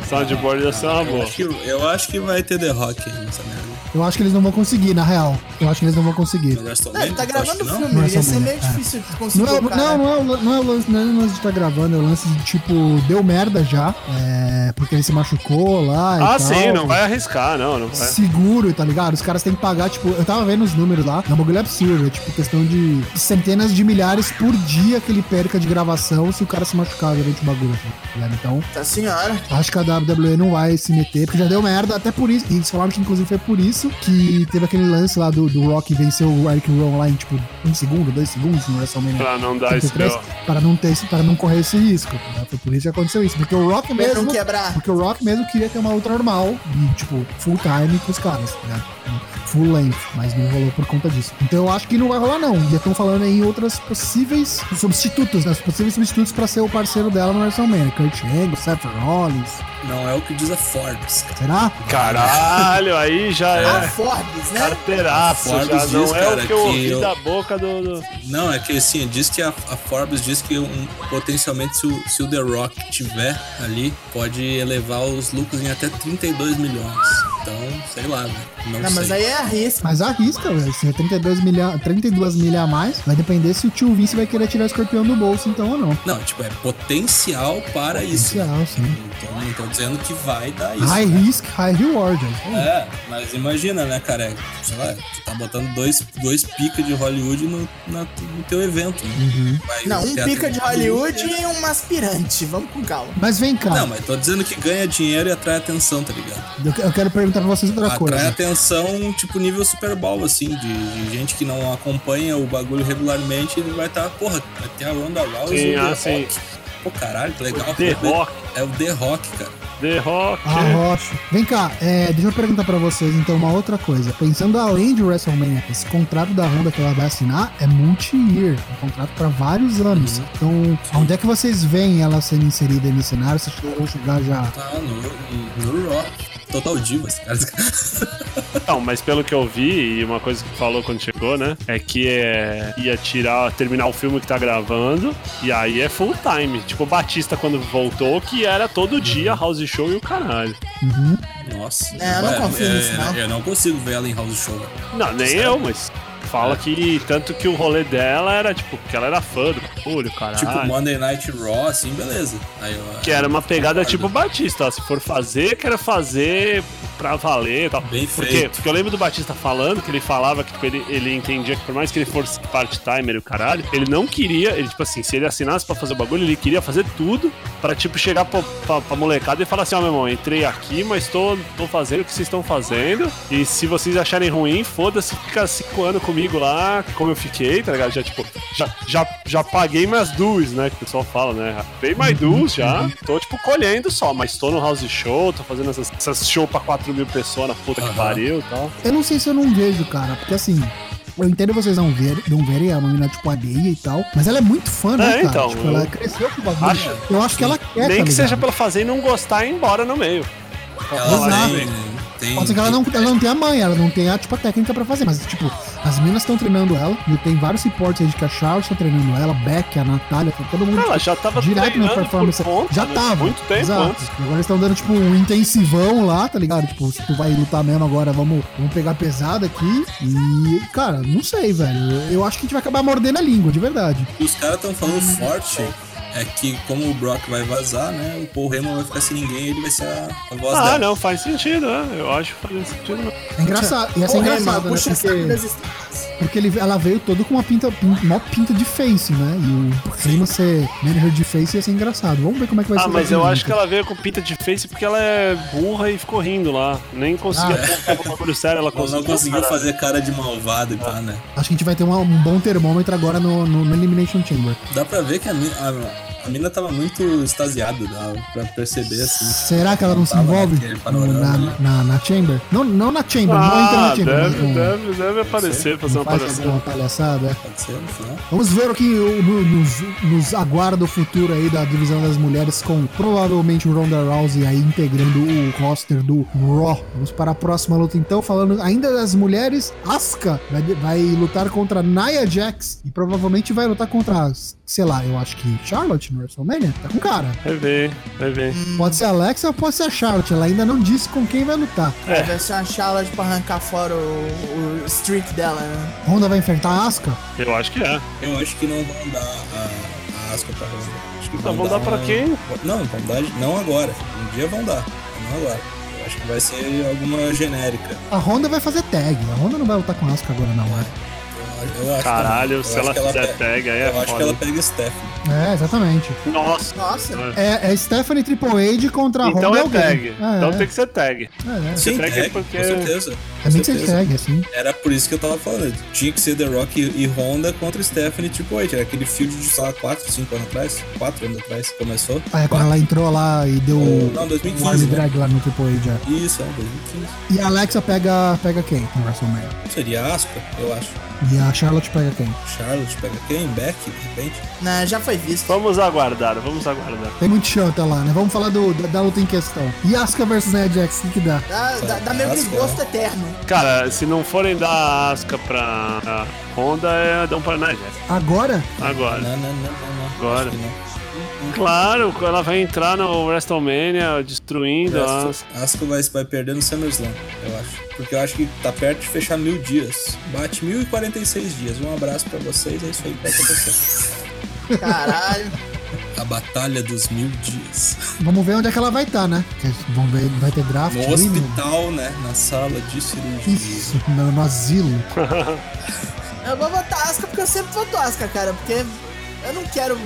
Speaker 2: Soundboard ia ser uma
Speaker 3: Eu
Speaker 2: boa.
Speaker 3: acho, que, eu acho que vai ter The Rock aí nessa merda.
Speaker 1: Eu acho que eles não vão conseguir, na real. Eu acho que eles não é vão conseguir.
Speaker 3: No
Speaker 4: Não,
Speaker 3: WrestleMania,
Speaker 4: ele tá
Speaker 3: tu acha que
Speaker 4: gravando o
Speaker 3: não?
Speaker 4: filme, ia
Speaker 1: Essa
Speaker 4: ser
Speaker 1: mulher,
Speaker 4: meio difícil de conseguir
Speaker 1: Não é, o-
Speaker 4: colocar,
Speaker 1: não,
Speaker 4: né?
Speaker 1: não, é, o lan- não é o lance, não é o lance de estar gravando, é o lance de tipo, deu merda já, é, porque ele se machucou lá. e
Speaker 2: Ah,
Speaker 1: tal.
Speaker 2: sim, não vai arriscar, não, não vai.
Speaker 1: seguro, tá ligado? Os caras têm que pagar, tipo, eu tava vendo os números lá, é um bagulho absurdo, é tipo questão de centenas de milhares por dia que ele perca de gravação se o cara se machucar durante o bagulho, tá ligado? Então,
Speaker 4: Nossa senhora.
Speaker 1: acho que a WWE não vai se meter, porque já deu merda, até por isso, e eles falaram que inclusive foi por isso que teve aquele lance lá do, do Rock vencer o Eric Rowan lá em, tipo, um segundo, dois segundos é no WrestleMania.
Speaker 2: Pra não dar esse
Speaker 1: 33,
Speaker 2: B.O.
Speaker 1: para não ter esse- para não correr esse risco. né? Foi por isso que aconteceu isso, porque o Rock
Speaker 4: Pra não
Speaker 1: mesmo
Speaker 4: quebrar.
Speaker 1: porque o Rock mesmo queria ter uma luta normal, e, tipo, full time com os caras, né? Full length, mas não rolou por conta disso. Então eu acho que não vai rolar, não. E estão falando aí em outras possíveis substitutos, né? Os possíveis substitutos pra ser o parceiro dela no WrestleMania. Kurt Angle, Seth Rollins,
Speaker 3: Não é o que diz a Forbes, cara.
Speaker 1: será?
Speaker 2: Caralho, aí já
Speaker 1: Ah,
Speaker 4: A
Speaker 2: é.
Speaker 4: Forbes, né?
Speaker 2: Carteiraço, já
Speaker 3: Forbes diz,
Speaker 2: não é
Speaker 3: cara,
Speaker 2: o que eu
Speaker 3: que
Speaker 2: ouvi
Speaker 3: eu-
Speaker 2: da boca do. do-
Speaker 3: Não, é que assim, diz que a, a Forbes diz que um- potencialmente se o, se o The Rock tiver ali, pode elevar os lucros em até 32 milhões. Então, sei lá, né? Não,
Speaker 4: Não,
Speaker 3: sei.
Speaker 4: mas aí é arrisco.
Speaker 1: Mas arrisca, velho. Se é 32 milha, 32 milha a mais, vai depender se o tio Vince vai querer tirar o escorpião do bolso, então ou não.
Speaker 3: Não, tipo, é potencial para isso.
Speaker 1: Oficial, sim.
Speaker 3: Então, não tô dizendo que vai dar isso.
Speaker 1: High risk, high reward. é isso aí.
Speaker 3: É, mas imagina, né, cara? Sei lá, tu tá botando dois, dois pica de Hollywood no, na- no teu evento. Né? Vai
Speaker 4: Não,
Speaker 3: o
Speaker 4: um
Speaker 3: teatro
Speaker 4: pica
Speaker 1: é
Speaker 4: de Hollywood e um aspirante. Vamos com calma.
Speaker 1: Mas vem cá,
Speaker 3: Não, mas tô dizendo que ganha dinheiro e atrai atenção, tá ligado?
Speaker 1: eu que- eu quero perguntar pra vocês outra coisa.
Speaker 3: Atrai atenção, tipo, nível Super Bowl, assim, de, de gente que não acompanha o bagulho regularmente, ele vai estar, tá, porra, vai ter a Ronda Rousey
Speaker 2: Sim,
Speaker 3: e o The
Speaker 2: ah, sim.
Speaker 3: Rock. Pô, caralho, que legal.
Speaker 2: The Rock.
Speaker 3: É o The Rock, cara.
Speaker 2: The Rock.
Speaker 1: A rocha. Vem cá, é, deixa eu perguntar pra vocês então uma outra coisa. Pensando além de WrestleMania, esse contrato da Honda que ela vai assinar é multi-year. É um contrato pra vários anos.
Speaker 2: Uhum.
Speaker 1: Então, onde é que vocês veem ela sendo inserida nesse cenário? Vocês vão chegar já.
Speaker 3: Tá no, no Rock. Total Divas, cara.
Speaker 2: Não, Então, mas pelo que eu vi, e uma coisa que falou quando chegou, né? É que é, ia tirar, terminar o filme que tá gravando, e aí é full time. Tipo, o Batista quando voltou, que era todo dia house show e o caralho.
Speaker 1: Uhum.
Speaker 3: Nossa.
Speaker 4: É, eu não confio nisso, não.
Speaker 3: Eu não consigo ver ela em House Show.
Speaker 2: Não, nem eu, mas fala que tanto que o rolê dela era, tipo, que ela era fã do Capulho, caralho.
Speaker 3: Tipo, Monday Night Raw, assim, beleza. Aí eu-
Speaker 2: Ah. Que era uma pegada
Speaker 3: concordo.
Speaker 2: tipo Batista, ó, se for fazer, quero fazer pra valer e tal.
Speaker 3: Bem
Speaker 2: Por quê?
Speaker 3: feito.
Speaker 2: Porque eu lembro do Batista falando que ele falava que tipo, ele, ele entendia que por mais que ele fosse part-timer e o caralho, ele não queria, ele tipo assim, se ele assinasse pra fazer o bagulho, ele queria fazer tudo pra tipo chegar pra, pra- pra molecada e falar assim, ó meu irmão, entrei aqui, mas tô, tô fazendo o que vocês estão fazendo e se vocês acharem ruim, foda-se, fica cinco anos comigo lá, como eu fiquei, tá ligado? Já tipo, já, já, já paguei minhas duas, né, que o pessoal fala, né? Pay my dues já, tô tipo colhendo só, mas tô no house show, tô fazendo essas, essas show pra 4 mil pessoas na puta que
Speaker 3: Aham.
Speaker 2: pariu e tal.
Speaker 1: Eu não sei se eu não vejo, cara, porque assim. Eu entendo vocês não verem, não verem ela, uma menina tipo alheia e tal, mas ela é muito fã, né,
Speaker 2: É,
Speaker 1: cara?
Speaker 2: então,
Speaker 1: tipo, ela
Speaker 2: eu-
Speaker 1: cresceu com o bagulho.
Speaker 2: Acho-
Speaker 1: eu acho que ela quer,
Speaker 2: Nem
Speaker 1: tá
Speaker 2: que
Speaker 1: ligado?
Speaker 2: seja pela fazer e não gostar e ir embora no meio.
Speaker 3: Ela
Speaker 1: Exato.
Speaker 3: tem, tem. tipo,
Speaker 1: Pode ser que ela não, ela não tenha a mãe, ela não tenha, tipo, a técnica pra fazer, mas, tipo, as minas estão treinando ela, e tem vários reportes aí de que a Charles tá treinando ela, a Beck, a Natália, tá todo mundo. tipo,
Speaker 2: Ela já tava
Speaker 1: Direto na
Speaker 2: treinando
Speaker 1: performance.
Speaker 2: por conta,
Speaker 1: já
Speaker 2: né?
Speaker 1: tava.
Speaker 2: Muito tempo antes.
Speaker 1: Agora eles estão dando, tipo, um intensivão lá, tá ligado? Tipo, se tu vai lutar mesmo agora, vamos, vamos pegar pesado aqui. E, cara, não sei, velho. Eu acho que a gente vai acabar mordendo a língua, de verdade.
Speaker 3: Os caras estão falando
Speaker 4: Hum.
Speaker 3: forte. É que como o Brock vai vazar, né? O Paul Heyman vai ficar sem ninguém ele vai ser a, a voz
Speaker 2: Ah,
Speaker 3: dela.
Speaker 2: não, faz sentido, né? Eu acho que faz sentido. né?
Speaker 1: É engraçado. Ia ser
Speaker 4: Porra,
Speaker 1: engraçado,
Speaker 4: mano,
Speaker 1: né?
Speaker 4: puxa saco
Speaker 1: Porque,
Speaker 4: das estrelas.
Speaker 1: porque ele, ela veio todo com uma pinta, pin- mó pinta de face, né? E o clima ser manager de face ia ser engraçado. Vamos ver como é que vai ser.
Speaker 2: Ah,
Speaker 1: essa
Speaker 2: mas eu
Speaker 1: dinâmica.
Speaker 2: acho que ela veio com pinta de face porque ela é burra e ficou rindo lá. Nem conseguia
Speaker 1: Ah.
Speaker 2: colocar o bagulho sério, ela
Speaker 3: Ela não
Speaker 2: conseguiu.
Speaker 3: conseguiu
Speaker 2: cara. Ah.
Speaker 3: fazer cara de malvado e pá, né?
Speaker 1: Acho que a gente vai ter uma- um bom termômetro agora no, no- no Elimination Chamber.
Speaker 3: Dá pra ver que a, mi- a, a mina tava muito extasiada, dá pra perceber assim.
Speaker 1: Será que ela não se
Speaker 3: Tava
Speaker 1: envolve
Speaker 3: naquele
Speaker 1: no-
Speaker 3: panorama,
Speaker 1: na,
Speaker 3: né?
Speaker 1: na- na Chamber? Não, não na Chamber, não entra
Speaker 2: Ah,
Speaker 1: na Chamber.
Speaker 2: deve,
Speaker 1: né?
Speaker 2: deve, deve aparecer, fazer uma
Speaker 1: Faz fazer
Speaker 2: aparição.
Speaker 1: uma palhaçada.
Speaker 3: Pode ser, no final.
Speaker 1: Vamos ver o que o- no- nos, nos aguarda o futuro aí da divisão das mulheres com provavelmente o Ronda Rousey aí integrando o roster do Raw. Vamos para a próxima luta então, falando ainda das mulheres, Asuka vai, vai lutar contra Nia Jax e provavelmente vai lutar contra, sei lá, eu acho que Charlotte no WrestleMania. Tá com cara.
Speaker 2: assim. Vai ver, vai ver.
Speaker 1: Pode ser a Alexa ou pode ser a Charlotte. Ela ainda não disse com quem vai lutar.
Speaker 2: É.
Speaker 4: Vai ser uma Charlotte pra arrancar fora o, o streak dela, né?
Speaker 1: Ronda vai enfrentar a Asuka?
Speaker 2: Eu acho que é.
Speaker 3: Eu acho que não vão dar a, a Asca pra Ronda. Acho que
Speaker 2: Tá, vão dar pra quem?
Speaker 3: Não, vão dar, não agora. Um dia vão dar, mas não agora. Eu acho que vai ser alguma genérica.
Speaker 1: A Ronda vai fazer tag. A Ronda não vai lutar com a Asuka agora, não. né?
Speaker 3: Eu, eu acho
Speaker 2: Caralho,
Speaker 3: que, não. Eu
Speaker 2: se
Speaker 3: acho
Speaker 2: ela
Speaker 3: que
Speaker 2: fizer
Speaker 3: pe-
Speaker 2: tag, aí é
Speaker 3: Eu acho
Speaker 2: foda.
Speaker 3: que ela pega Stephanie.
Speaker 1: É, exatamente.
Speaker 2: Nossa.
Speaker 4: Nossa.
Speaker 1: É, é Stephanie Triple H contra a
Speaker 2: Então
Speaker 1: Ronda
Speaker 2: é
Speaker 1: alguém.
Speaker 2: tag.
Speaker 1: É,
Speaker 2: Então tem que ser tag.
Speaker 1: é, é.
Speaker 2: Você pega
Speaker 3: tag,
Speaker 2: porque-
Speaker 3: com certeza.
Speaker 1: Também tem que ser É tag, assim.
Speaker 3: Era por isso que eu tava falando. Tinha que ser The Rock e, e Honda contra Stephanie tipo 8. Era aquele field de, sei lá, 4, 5 anos atrás. 4 anos atrás que começou.
Speaker 1: Aí quando ela entrou lá e deu
Speaker 3: Não,
Speaker 1: um arm
Speaker 3: 2015. Né?
Speaker 1: drag lá no Triple H. é.
Speaker 3: Isso, é, 2015.
Speaker 1: E a Alexa pega, pega quem no WrestleMania?
Speaker 3: Seria Aspa, eu acho.
Speaker 1: E a Charlotte pega quem?
Speaker 3: Charlotte pega quem? Beck, de repente.
Speaker 4: Né, já foi visto.
Speaker 2: Vamos aguardar, vamos aguardar.
Speaker 1: Tem muito chão até lá, né? Vamos falar do, da, da luta em questão. Yasuka versus Nia Jax, o que que dá?
Speaker 4: Dá, dá, dá meio
Speaker 3: Nossa,
Speaker 4: desgosto eterno.
Speaker 2: Cara, se não forem dar Asca pra pra Honda, é dão pra Nia Jax.
Speaker 1: Agora,
Speaker 2: Agora.
Speaker 3: Não, não, não, não. não.
Speaker 2: Agora.
Speaker 3: Acho que não.
Speaker 2: Claro, ela vai entrar no WrestleMania destruindo a Asuka.
Speaker 3: Asco vai, vai perder no SummerSlam, eu acho. Porque eu acho que tá perto de fechar mil dias. Bate 1046 dias. Um abraço pra vocês, é isso aí que vai acontecer.
Speaker 4: Caralho.
Speaker 3: A batalha dos mil dias.
Speaker 1: vamos ver onde é que ela vai estar, né? Porque Vamos ver, vai ter draft
Speaker 3: No
Speaker 1: aí, né?
Speaker 3: hospital, né? Na sala de cirurgia.
Speaker 1: Isso, no, no asilo.
Speaker 4: Eu vou votar Asca porque eu sempre voto Asca, cara. Porque eu não quero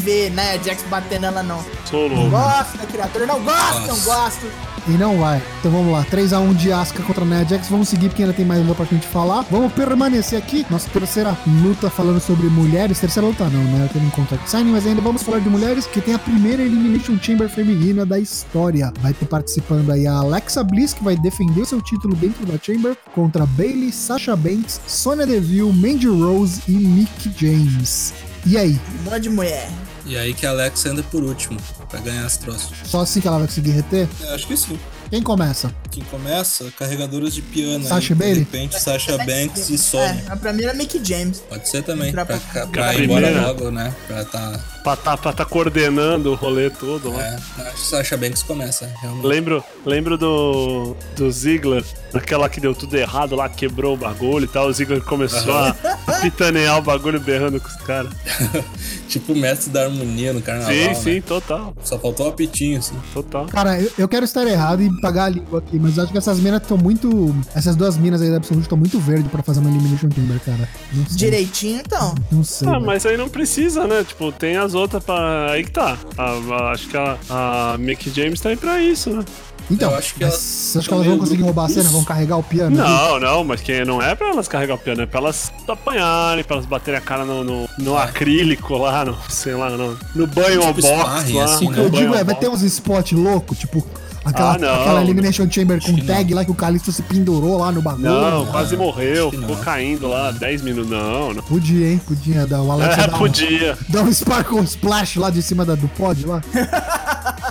Speaker 4: ver, né, Jax batendo ela, não.
Speaker 2: Sou
Speaker 4: Não
Speaker 2: louco.
Speaker 4: gosto da criatura, não gosto, não
Speaker 3: Nossa.
Speaker 4: gosto.
Speaker 1: E não vai. Então vamos lá. 3x1 de Asuka contra Nia Jax. Vamos seguir porque ainda tem mais luta pra gente falar. Vamos permanecer aqui. Nossa terceira luta falando sobre mulheres. Terceira luta não, né? Tendo em conta que signing, mas ainda vamos falar de mulheres que tem a primeira Elimination Chamber feminina da história. Vai ter participando aí a Alexa Bliss, que vai defender seu título dentro da Chamber contra Bailey, Sasha Banks, Sonya Deville, Mandy Rose e Mick James. E aí?
Speaker 4: Um monte de mulher.
Speaker 3: E aí que a Alex anda por último, pra ganhar as troças.
Speaker 1: Só assim que ela vai conseguir reter?
Speaker 3: Eu acho que sim.
Speaker 1: Quem começa?
Speaker 3: Quem começa, carregadoras de piano.
Speaker 1: Sasha
Speaker 3: aí,
Speaker 1: Bailey?
Speaker 3: De repente, Sasha Banks e Sonya.
Speaker 4: É, a primeira é Mickey James.
Speaker 3: Pode ser também,
Speaker 4: Pra-
Speaker 3: pra, pra,
Speaker 2: Pra
Speaker 3: ir embora
Speaker 2: primeira.
Speaker 3: logo, né? Pra tá...
Speaker 2: Pra tá, pra tá coordenando o rolê todo lá.
Speaker 3: É, acho que Sasha Banks começa, realmente.
Speaker 2: Lembro, lembro do, do Ziggler, aquela que deu tudo errado lá, quebrou o bagulho e tal. O Ziggler começou a, a pitanear o bagulho berrando com os caras.
Speaker 3: tipo o mestre da harmonia no carnaval,
Speaker 2: Sim,
Speaker 3: né?
Speaker 2: sim, total,
Speaker 3: Só faltou o apitinho, assim.
Speaker 2: total.
Speaker 1: Cara, eu, eu quero estar errado e pagar a língua aqui, mas eu acho que essas minas estão muito. Essas duas minas aí da Absolute estão muito verde pra fazer uma Elimination Chamber, cara. Não sei.
Speaker 4: Direitinho, então.
Speaker 1: Não sei.
Speaker 2: Ah,
Speaker 3: Uhum.
Speaker 1: velho.
Speaker 2: mas aí não precisa, né? Tipo, tem as outras pra. Aí que tá. A- a- acho que a, a Mick James tá aí pra isso, né?
Speaker 1: Então,
Speaker 3: eu acho que
Speaker 1: mas
Speaker 3: elas
Speaker 1: você acha que
Speaker 3: tão
Speaker 1: elas
Speaker 3: meio
Speaker 1: vão conseguir
Speaker 3: grupo
Speaker 1: roubar a cena?
Speaker 3: russo.
Speaker 1: Vão carregar o
Speaker 3: Uhum.
Speaker 1: piano?
Speaker 2: Não, não, mas que não é pra elas carregar o piano, é pra elas apanharem, pra elas baterem a cara no, no, no acrílico lá, no, sei lá, no, no banho ao
Speaker 3: Ah. Tipo
Speaker 2: box
Speaker 3: sparring,
Speaker 2: lá.
Speaker 3: assim,
Speaker 1: O
Speaker 2: no
Speaker 1: que eu
Speaker 3: né?
Speaker 2: banho
Speaker 1: digo é,
Speaker 2: ao
Speaker 1: vai
Speaker 2: box.
Speaker 1: ter uns spot louco, tipo aquela,
Speaker 2: Ah, não.
Speaker 1: aquela Elimination Chamber com
Speaker 3: Acho que
Speaker 1: tag lá que o Calixto se pendurou lá no bagulho.
Speaker 2: Não,
Speaker 1: né?
Speaker 2: quase morreu,
Speaker 3: um acho que não.
Speaker 2: ficou caindo lá 10 minutos. Não, não.
Speaker 1: Podia, hein? Podia dar o Alex
Speaker 2: É,
Speaker 1: dar, um,
Speaker 2: podia.
Speaker 1: dar um Sparkle Splash lá de cima da- do pod lá.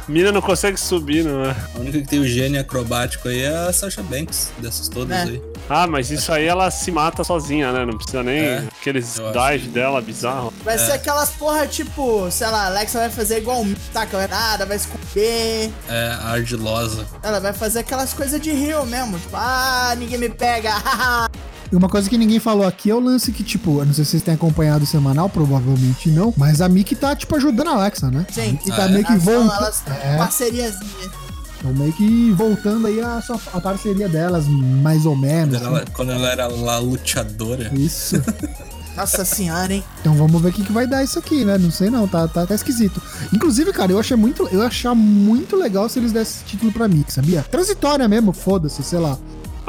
Speaker 2: Mina não consegue subir, não é?
Speaker 3: A única que tem o gênio acrobático aí é a Sasha Banks, dessas todas
Speaker 4: É.
Speaker 3: aí.
Speaker 2: Ah, mas isso aí ela se mata sozinha, né? Não precisa nem
Speaker 3: É,
Speaker 2: aqueles
Speaker 3: eu acho.
Speaker 2: dives dela bizarro.
Speaker 4: Vai ser aquelas porra tipo, sei lá, a Alexa vai fazer igual um saca, vai nada, vai esconder.
Speaker 3: É, a ardilosa.
Speaker 4: Ela vai fazer aquelas coisas de rio mesmo. Tipo, ah, ninguém me pega.
Speaker 1: E uma coisa que ninguém falou aqui é o lance que, tipo, eu não sei se vocês têm acompanhado o semanal, provavelmente não, mas a Mickey tá, tipo, ajudando a Alexa, né?
Speaker 4: Sim.
Speaker 1: A Mickey tá
Speaker 3: Ah, é?
Speaker 1: meio que
Speaker 4: Elas são-
Speaker 1: voltando.
Speaker 4: elas
Speaker 1: É,
Speaker 4: parceriazinha.
Speaker 1: tão meio que voltando aí a, sua, a parceria delas, mais ou menos.
Speaker 3: Quando
Speaker 1: né?
Speaker 3: ela, quando ela era lá luteadora.
Speaker 1: Isso.
Speaker 4: Nossa senhora, hein?
Speaker 1: Então vamos ver o que, que vai dar isso aqui, né? Não sei não, tá, tá, tá esquisito. Inclusive, cara, eu achei muito, eu ia achar muito legal se eles dessem esse título pra mim, sabia? Transitória mesmo, foda-se, sei lá.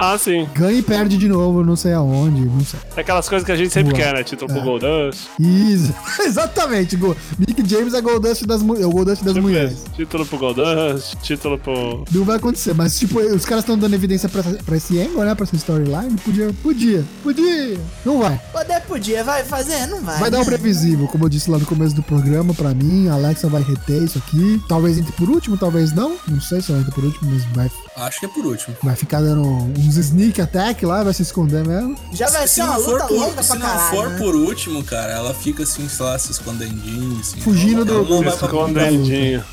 Speaker 2: Ah, sim.
Speaker 1: Ganha e perde de novo, não sei aonde, não sei.
Speaker 2: É aquelas coisas que a gente sempre
Speaker 1: Boa.
Speaker 2: quer, né? Título pro
Speaker 1: É.
Speaker 2: Goldust.
Speaker 1: Isso, exatamente. Go- Mick James é Goldust das, mu- é o Goldust das mulheres.
Speaker 2: Título pro Goldust, título pro.
Speaker 1: Não vai acontecer, mas tipo, os caras estão dando evidência pra, pra esse angle, né? Pra essa storyline. Podia, podia, podia. Não vai.
Speaker 4: Poder podia, vai fazer? Não vai.
Speaker 1: Vai dar o
Speaker 4: né?
Speaker 1: previsível, como eu disse lá no começo do programa, pra mim, a Alexa vai reter isso aqui. Talvez entre por último, talvez não. Não sei se ela entra por último, mas vai,
Speaker 3: Acho que é por último.
Speaker 1: vai ficar dando uns sneak attack lá, vai se esconder mesmo.
Speaker 4: Já vai ser uma luta
Speaker 3: por,
Speaker 4: longa
Speaker 3: se
Speaker 4: pra
Speaker 3: não
Speaker 4: caralho.
Speaker 3: for
Speaker 4: né?
Speaker 3: por último, cara, ela fica assim, sei lá, se escondendinho, assim.
Speaker 1: Fugindo
Speaker 3: ela,
Speaker 1: do-
Speaker 3: Ela não,
Speaker 1: do-
Speaker 3: vai pra,
Speaker 2: Escondendinho.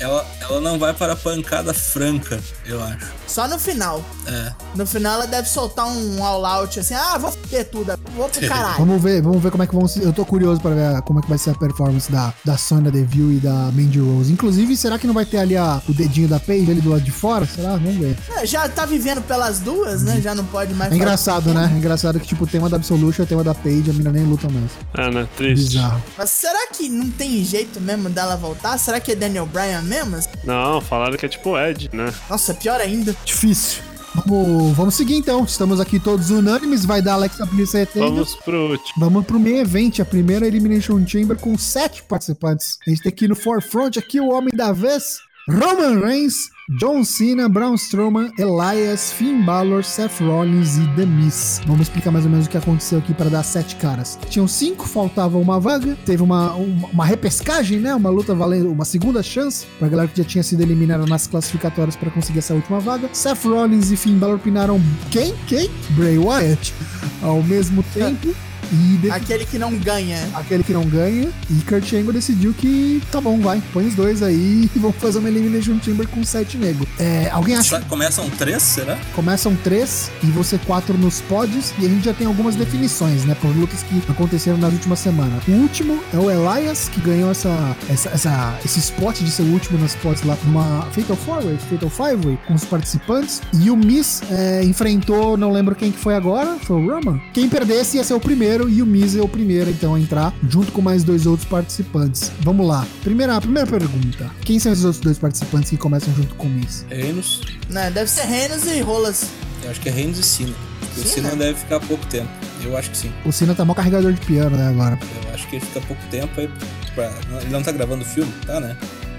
Speaker 3: ela, ela não vai para a pancada franca, eu acho.
Speaker 4: Só no final.
Speaker 3: É.
Speaker 4: No final ela deve soltar um all-out assim, ah, vou foder tudo, vou pro caralho.
Speaker 1: Vamos ver, vamos ver como é que vão se. Eu tô curioso pra ver a- como é que vai ser a performance da, da Sonya Deville e da Mandy Rose. Inclusive, será que não vai ter ali a- o dedinho da Paige ali do lado de fora? Será? Vamos ver.
Speaker 4: É, Já tá vivendo pelas duas, né? Já não pode mais
Speaker 1: É engraçado, né? É engraçado que, tipo, o tema da Absolution é o tema da Paige, a mina nem luta mais.
Speaker 2: É, né? Triste.
Speaker 1: Bizarro.
Speaker 4: Mas será que não tem jeito mesmo dela voltar? Será que é Daniel Bryan mesmo?
Speaker 2: Não, falaram que é tipo Ed, né?
Speaker 4: Nossa, pior ainda.
Speaker 1: Difícil. Vamos, vamos seguir então. Estamos aqui todos unânimes. Vai dar Alexa Bliss retendo.
Speaker 2: Vamos pro tipo, último.
Speaker 1: Vamos pro main event, a primeira Elimination Chamber com sete participantes. A gente tem aqui no forefront aqui o homem da vez, Roman Reigns, John Cena, Braun Strowman, Elias, Finn Balor, Seth Rollins e The Miz. Vamos explicar mais ou menos o que aconteceu aqui para dar sete caras. Tinham cinco, faltava uma vaga, teve uma, uma, uma repescagem, né? Uma luta valendo uma segunda chance pra galera que já tinha sido eliminada nas classificatórias para conseguir essa última vaga. Seth Rollins e Finn Balor pinaram quem? Quem? Bray Wyatt. Ao mesmo tempo. E depois
Speaker 4: Aquele que não ganha.
Speaker 1: aquele que não ganha. E Kurt Angle decidiu que tá bom, vai, põe os dois aí e vamos fazer uma Elimination Chamber com sete nego. É, alguém acha
Speaker 3: Sa- Começam três, será?
Speaker 1: que começam três e você quatro nos pódios e a gente já tem algumas definições, né, por lutas que aconteceram nas últimas semanas. O último é o Elias, que ganhou essa, essa, essa- esse spot de ser o último nas pods lá numa Fatal Four Way, Fatal Five Way, com os participantes. E o Miss é, enfrentou, não lembro quem que foi agora, foi o Roman. Quem perdesse ia ser o primeiro primeiro e o Miz é o primeiro, então, a entrar, junto com mais dois outros participantes. Vamos lá. Primeira, primeira pergunta. Quem são esses outros dois participantes que começam junto com o Miz?
Speaker 3: Reinos.
Speaker 4: Né, deve ser Renos e Rolas.
Speaker 3: Eu acho que é Reinos e Sina. Porque o
Speaker 4: Cena?
Speaker 3: Sina deve ficar pouco tempo. Eu acho que sim.
Speaker 1: O Cena tá mó carregador de piano, né, agora.
Speaker 3: Eu acho que ele fica pouco tempo aí pra... não- Ele não tá gravando o filme? Tá, né?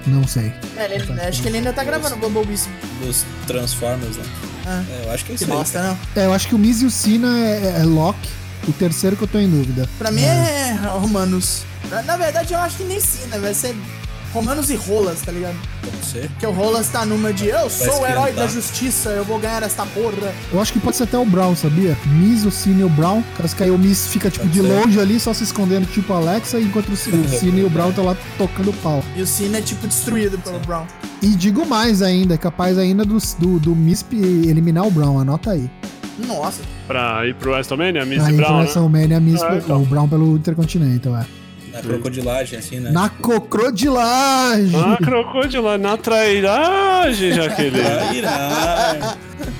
Speaker 1: Não sei.
Speaker 4: É, ele- acho que ele ainda tá gravando o Bumblebee. sim.
Speaker 3: Dos Transformers, né?
Speaker 4: Ah,
Speaker 3: É, eu acho que é
Speaker 4: que
Speaker 3: isso aí.
Speaker 4: bosta, né? não.
Speaker 1: É, eu acho que o Miz e o Cena é, é Loki. O terceiro que eu tô em dúvida.
Speaker 4: Pra mim é Romanos. Na, na verdade, eu acho que nem Sina, vai ser Romanos e Rolas, tá ligado?
Speaker 3: Não sei.
Speaker 4: Porque o Rolas tá numa de eu sou o
Speaker 3: esquentar.
Speaker 4: herói da justiça, eu vou ganhar esta porra.
Speaker 1: Eu acho que pode ser até o Brown, sabia? Miz, o Cine e o Brown. Caso que aí o Miz fica, tipo, de
Speaker 3: Pode ser.
Speaker 1: longe ali, só se escondendo, tipo Alexa, enquanto o Cine e o Brown estão lá tocando pau.
Speaker 4: E o Sina é tipo destruído pelo Brown.
Speaker 1: E digo mais ainda, é capaz ainda do, do, do Miz pe- eliminar o Brown, anota aí.
Speaker 4: Nossa.
Speaker 2: Pra ir pro WrestleMania, Miz
Speaker 1: Aí
Speaker 2: e Brown,
Speaker 1: pro
Speaker 2: né?
Speaker 1: WrestleMania, Miz,
Speaker 2: Ah,
Speaker 1: pe-
Speaker 2: então.
Speaker 1: o Brown pelo Intercontinental, é.
Speaker 3: Na crocodilagem, assim, né?
Speaker 1: Na cocrodilagem!
Speaker 2: É. Ah, crocodilo, na trairagem, Jaqueline.
Speaker 3: Ah, irá.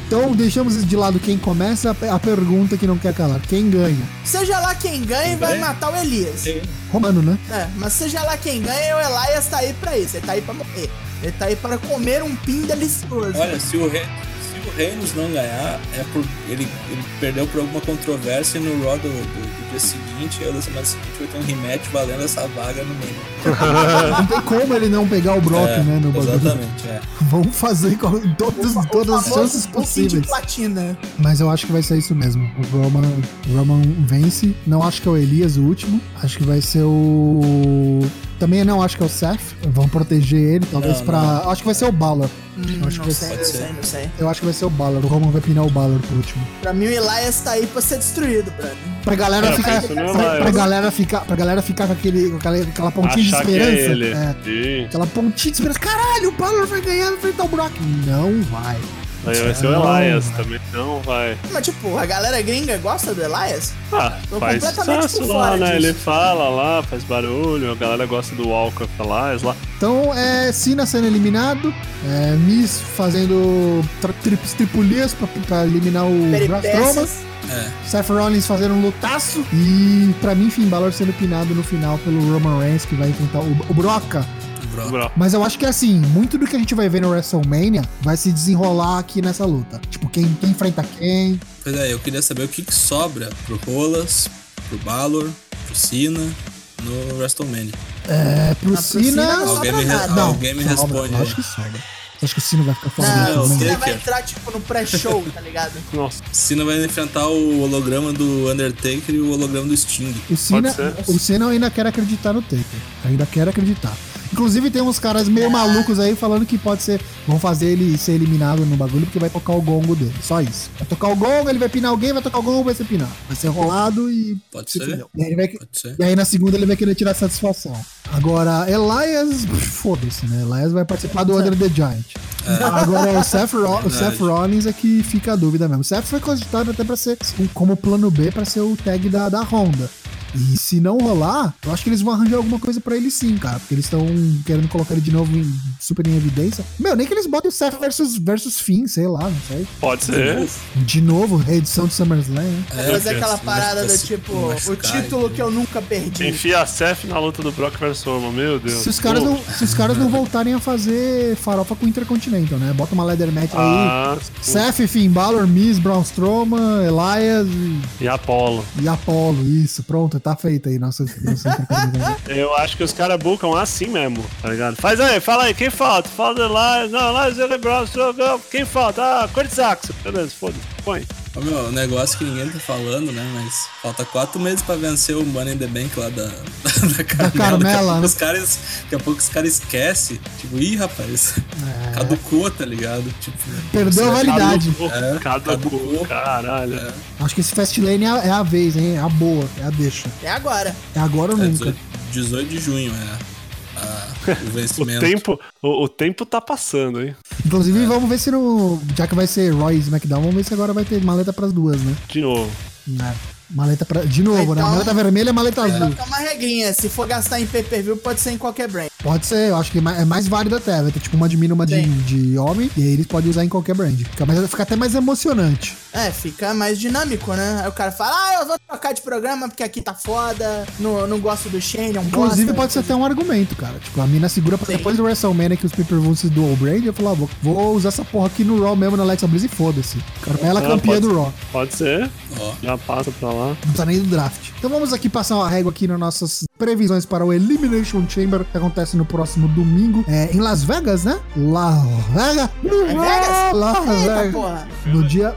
Speaker 1: Então deixamos de lado quem começa, a pe- a pergunta que não quer calar. Quem ganha?
Speaker 4: Seja lá quem ganha, vai
Speaker 3: bem?
Speaker 4: matar o Elias.
Speaker 1: Romano, né?
Speaker 4: É, mas seja lá quem ganha, o Elias tá aí pra isso. Ele tá aí pra morrer. Ele tá aí para comer um pin delicioso.
Speaker 3: Olha, se o, Re... se o Reynolds não ganhar, é por... ele... ele perdeu por alguma controvérsia e no Raw do... do- do dia seguinte, ou da semana seguinte, vai ter um rematch valendo essa vaga no meio.
Speaker 1: Não tem como ele não pegar o Brock,
Speaker 3: É,
Speaker 1: né, no bagulho.
Speaker 3: exatamente, é.
Speaker 1: Vamos fazer com todas,
Speaker 4: O
Speaker 1: todas as
Speaker 4: famoso
Speaker 1: chances
Speaker 4: um pin de
Speaker 1: possíveis.
Speaker 4: platina.
Speaker 1: Mas eu acho que vai ser isso mesmo. O Roman, o Roman vence. Não acho que é o Elias o último. Acho que vai ser o. Também não acho que é o Seth. Vão proteger ele, talvez
Speaker 3: Não,
Speaker 1: pra. Acho que vai ser o Balor.
Speaker 4: Hum,
Speaker 1: acho que vai
Speaker 4: não sei,
Speaker 1: ser-
Speaker 4: não sei, não sei.
Speaker 1: Eu acho que vai ser o Balor. O Roman vai pinar o Balor por último.
Speaker 4: Pra mim, o Elias tá aí pra ser destruído, brother.
Speaker 1: Pra galera
Speaker 2: É,
Speaker 1: ficar.
Speaker 2: pensa no
Speaker 1: Pra,
Speaker 2: Elias.
Speaker 1: pra galera ficar. Pra galera ficar com aquele, com aquela, aquela pontinha
Speaker 2: Achar
Speaker 1: Um de
Speaker 2: que é
Speaker 1: esperança.
Speaker 2: ele.
Speaker 1: É,
Speaker 2: Sim.
Speaker 1: Aquela pontinha de esperança. Caralho, o Balor vai ganhar, vai enfrentar o Brock. Não vai.
Speaker 2: Aí vai ser o
Speaker 1: Não,
Speaker 2: Elias
Speaker 1: mano.
Speaker 2: também. Não vai.
Speaker 4: Mas, tipo, a galera gringa gosta do Elias?
Speaker 2: Ah,
Speaker 4: Tô
Speaker 2: faz
Speaker 4: completamente por
Speaker 2: sucesso
Speaker 4: fora
Speaker 2: lá, né?
Speaker 4: disso.
Speaker 2: Ele fala lá, faz barulho, a galera gosta do Walker lá, lá.
Speaker 1: Então é Sina sendo eliminado, é, Miss fazendo tra- tri- tripulias pra, pra eliminar o Brastroma,
Speaker 4: Peripécias.
Speaker 3: É,
Speaker 1: Seth Rollins fazendo um lutaço e pra mim Finn Balor sendo pinado no final pelo Roman Reigns que vai enfrentar o, o Broca.
Speaker 3: Bro.
Speaker 2: Bro.
Speaker 1: Mas eu acho que é assim, muito do que a gente vai ver no WrestleMania vai se desenrolar aqui nessa luta. Tipo, quem, quem enfrenta quem.
Speaker 3: Pois é, eu queria saber o que, que sobra pro Rolas, pro Balor, pro Cena no WrestleMania.
Speaker 1: É pro
Speaker 4: pro Cena
Speaker 1: Cena.
Speaker 4: não
Speaker 3: Alguém me,
Speaker 4: sobra
Speaker 3: re-
Speaker 4: nada.
Speaker 1: Não,
Speaker 3: alguém me
Speaker 1: sobra,
Speaker 3: responde.
Speaker 1: Acho que
Speaker 3: aí.
Speaker 1: sobra. Acho que o Cena vai ficar fora
Speaker 4: Não,
Speaker 3: Não,
Speaker 1: do
Speaker 4: o
Speaker 1: WrestleMania.
Speaker 4: Cena
Speaker 3: sei
Speaker 4: vai
Speaker 3: que-
Speaker 4: entrar, tipo, no pré-show, tá ligado?
Speaker 2: Nossa,
Speaker 3: Cena vai enfrentar o holograma do Undertaker e o holograma do Sting.
Speaker 1: O Cena,
Speaker 2: ser.
Speaker 1: o Cena eu ainda quer acreditar no Taker. Ainda quer acreditar. Inclusive tem uns caras
Speaker 3: Ah.
Speaker 1: meio malucos aí falando que pode ser. Vão fazer ele ser eliminado no bagulho porque vai tocar o gongo dele. Só isso. Vai tocar o gongo, ele vai pinar alguém, vai tocar o gongo, vai ser pinado. Vai ser rolado e.
Speaker 3: Pode
Speaker 1: se
Speaker 3: ser.
Speaker 1: fudeu. E aí, ele vai-
Speaker 3: Pode ser.
Speaker 1: e aí na segunda ele vai querer tirar satisfação. Agora, Elias. Foda-se, né? Elias vai participar do Under the Giant. Agora, o Seth, Ro- o
Speaker 3: Verdade.
Speaker 1: Seth Rollins é que fica a dúvida mesmo. O Seth foi cogitado até pra ser, um, como plano B, pra ser o tag da, da Honda. E se não rolar, eu acho que eles vão arranjar alguma coisa pra ele sim, cara. Porque eles estão querendo colocar ele de novo em super em evidência. Meu, nem que eles botem o Seth versus, versus Finn, sei lá, não sei.
Speaker 2: pode ser.
Speaker 1: De novo, reedição do SummerSlam, né?
Speaker 3: É,
Speaker 4: Fazer
Speaker 3: cara,
Speaker 4: aquela
Speaker 3: se
Speaker 4: parada do
Speaker 3: machucar-
Speaker 4: tipo,
Speaker 3: se
Speaker 4: o
Speaker 3: machucar,
Speaker 4: título que eu nunca perdi.
Speaker 2: Enfia a Seth na luta do Brock versus Roman, meu Deus.
Speaker 1: Se os, caras
Speaker 2: Pô.
Speaker 1: não, se os caras não voltarem a fazer farofa com o Intercontinental, né? Bota uma leather match aí.
Speaker 2: Ah,
Speaker 1: Seth, Finn Balor, Miz, Braun Strowman, Elias e
Speaker 2: e Apollo.
Speaker 1: E Apolo, isso, pronto, tá feito aí nossa. nossa interpretação.
Speaker 2: Eu acho que os caras bucam assim mesmo, tá ligado? Faz aí, fala aí, quem falta? Falta lá, não, lá, Zé Lebron, quem falta? Ah, Curtis Axel. Beleza, foda-se, põe.
Speaker 3: Ô, meu, um negócio que ninguém tá falando, né? Mas falta quatro meses pra vencer o Money in the Bank lá da, da, da Carmela. Daqui a
Speaker 1: Carmela,
Speaker 3: pouco
Speaker 1: né?
Speaker 3: os caras, daqui a pouco os caras esquecem. Tipo, ih, rapaz, caducou, tá ligado? Tipo,
Speaker 1: É. Perdeu a validade.
Speaker 3: É,
Speaker 2: Cada
Speaker 3: caducou.
Speaker 2: cu, caralho.
Speaker 1: Acho que esse Fastlane é a, é a vez, hein? É a boa, é a deixa.
Speaker 4: É agora.
Speaker 1: É agora ou
Speaker 3: é,
Speaker 1: nunca.
Speaker 3: 18, 18 de junho é a- o
Speaker 2: O
Speaker 3: vencimento.
Speaker 2: tempo, o, o tempo tá passando, hein?
Speaker 1: Inclusive, vamos ver se no. Já que vai ser Roy e SmackDown, vamos ver se agora vai ter maleta pras duas, né?
Speaker 2: De novo.
Speaker 1: É. Maleta pra. De novo, né?
Speaker 4: Então-
Speaker 1: Maleta vermelha e maleta azul.
Speaker 4: Só que é uma regrinha, se for gastar em pay-per-view, pode ser em qualquer brand.
Speaker 1: Pode ser, eu acho que é mais, é mais válido até. Vai ter tipo uma de mina, uma de,
Speaker 4: Sim.
Speaker 1: de homem, e aí eles podem usar em qualquer brand. Fica, mais, fica até mais emocionante.
Speaker 4: É, fica mais dinâmico, né? Aí o cara fala, ah, eu vou trocar de programa porque aqui tá foda, não, não gosto do Shane, é um
Speaker 1: Inclusive,
Speaker 4: bosta.
Speaker 1: pode ser até um argumento, cara. Tipo, a mina segura pra
Speaker 4: Sim.
Speaker 1: depois do WrestleMania que os pay-per-views se do brand, eu falo, ah, vou, vou usar essa porra aqui no Raw mesmo na Alexa Bliss e foda-se. Cara, ela é
Speaker 2: Ah,
Speaker 1: campeã
Speaker 2: pode
Speaker 1: do
Speaker 2: ser.
Speaker 1: Raw.
Speaker 2: Pode ser.
Speaker 3: Ó.
Speaker 2: Já passa pra lá.
Speaker 1: Não precisa nem do draft. Então vamos aqui passar uma régua aqui nas nossas previsões para o Elimination Chamber, que acontece no próximo domingo, é, em Las Vegas, né? Las Vegas!
Speaker 4: Vegas?
Speaker 1: Las
Speaker 4: é, Eita,
Speaker 1: Vegas!
Speaker 4: porra.
Speaker 1: No dia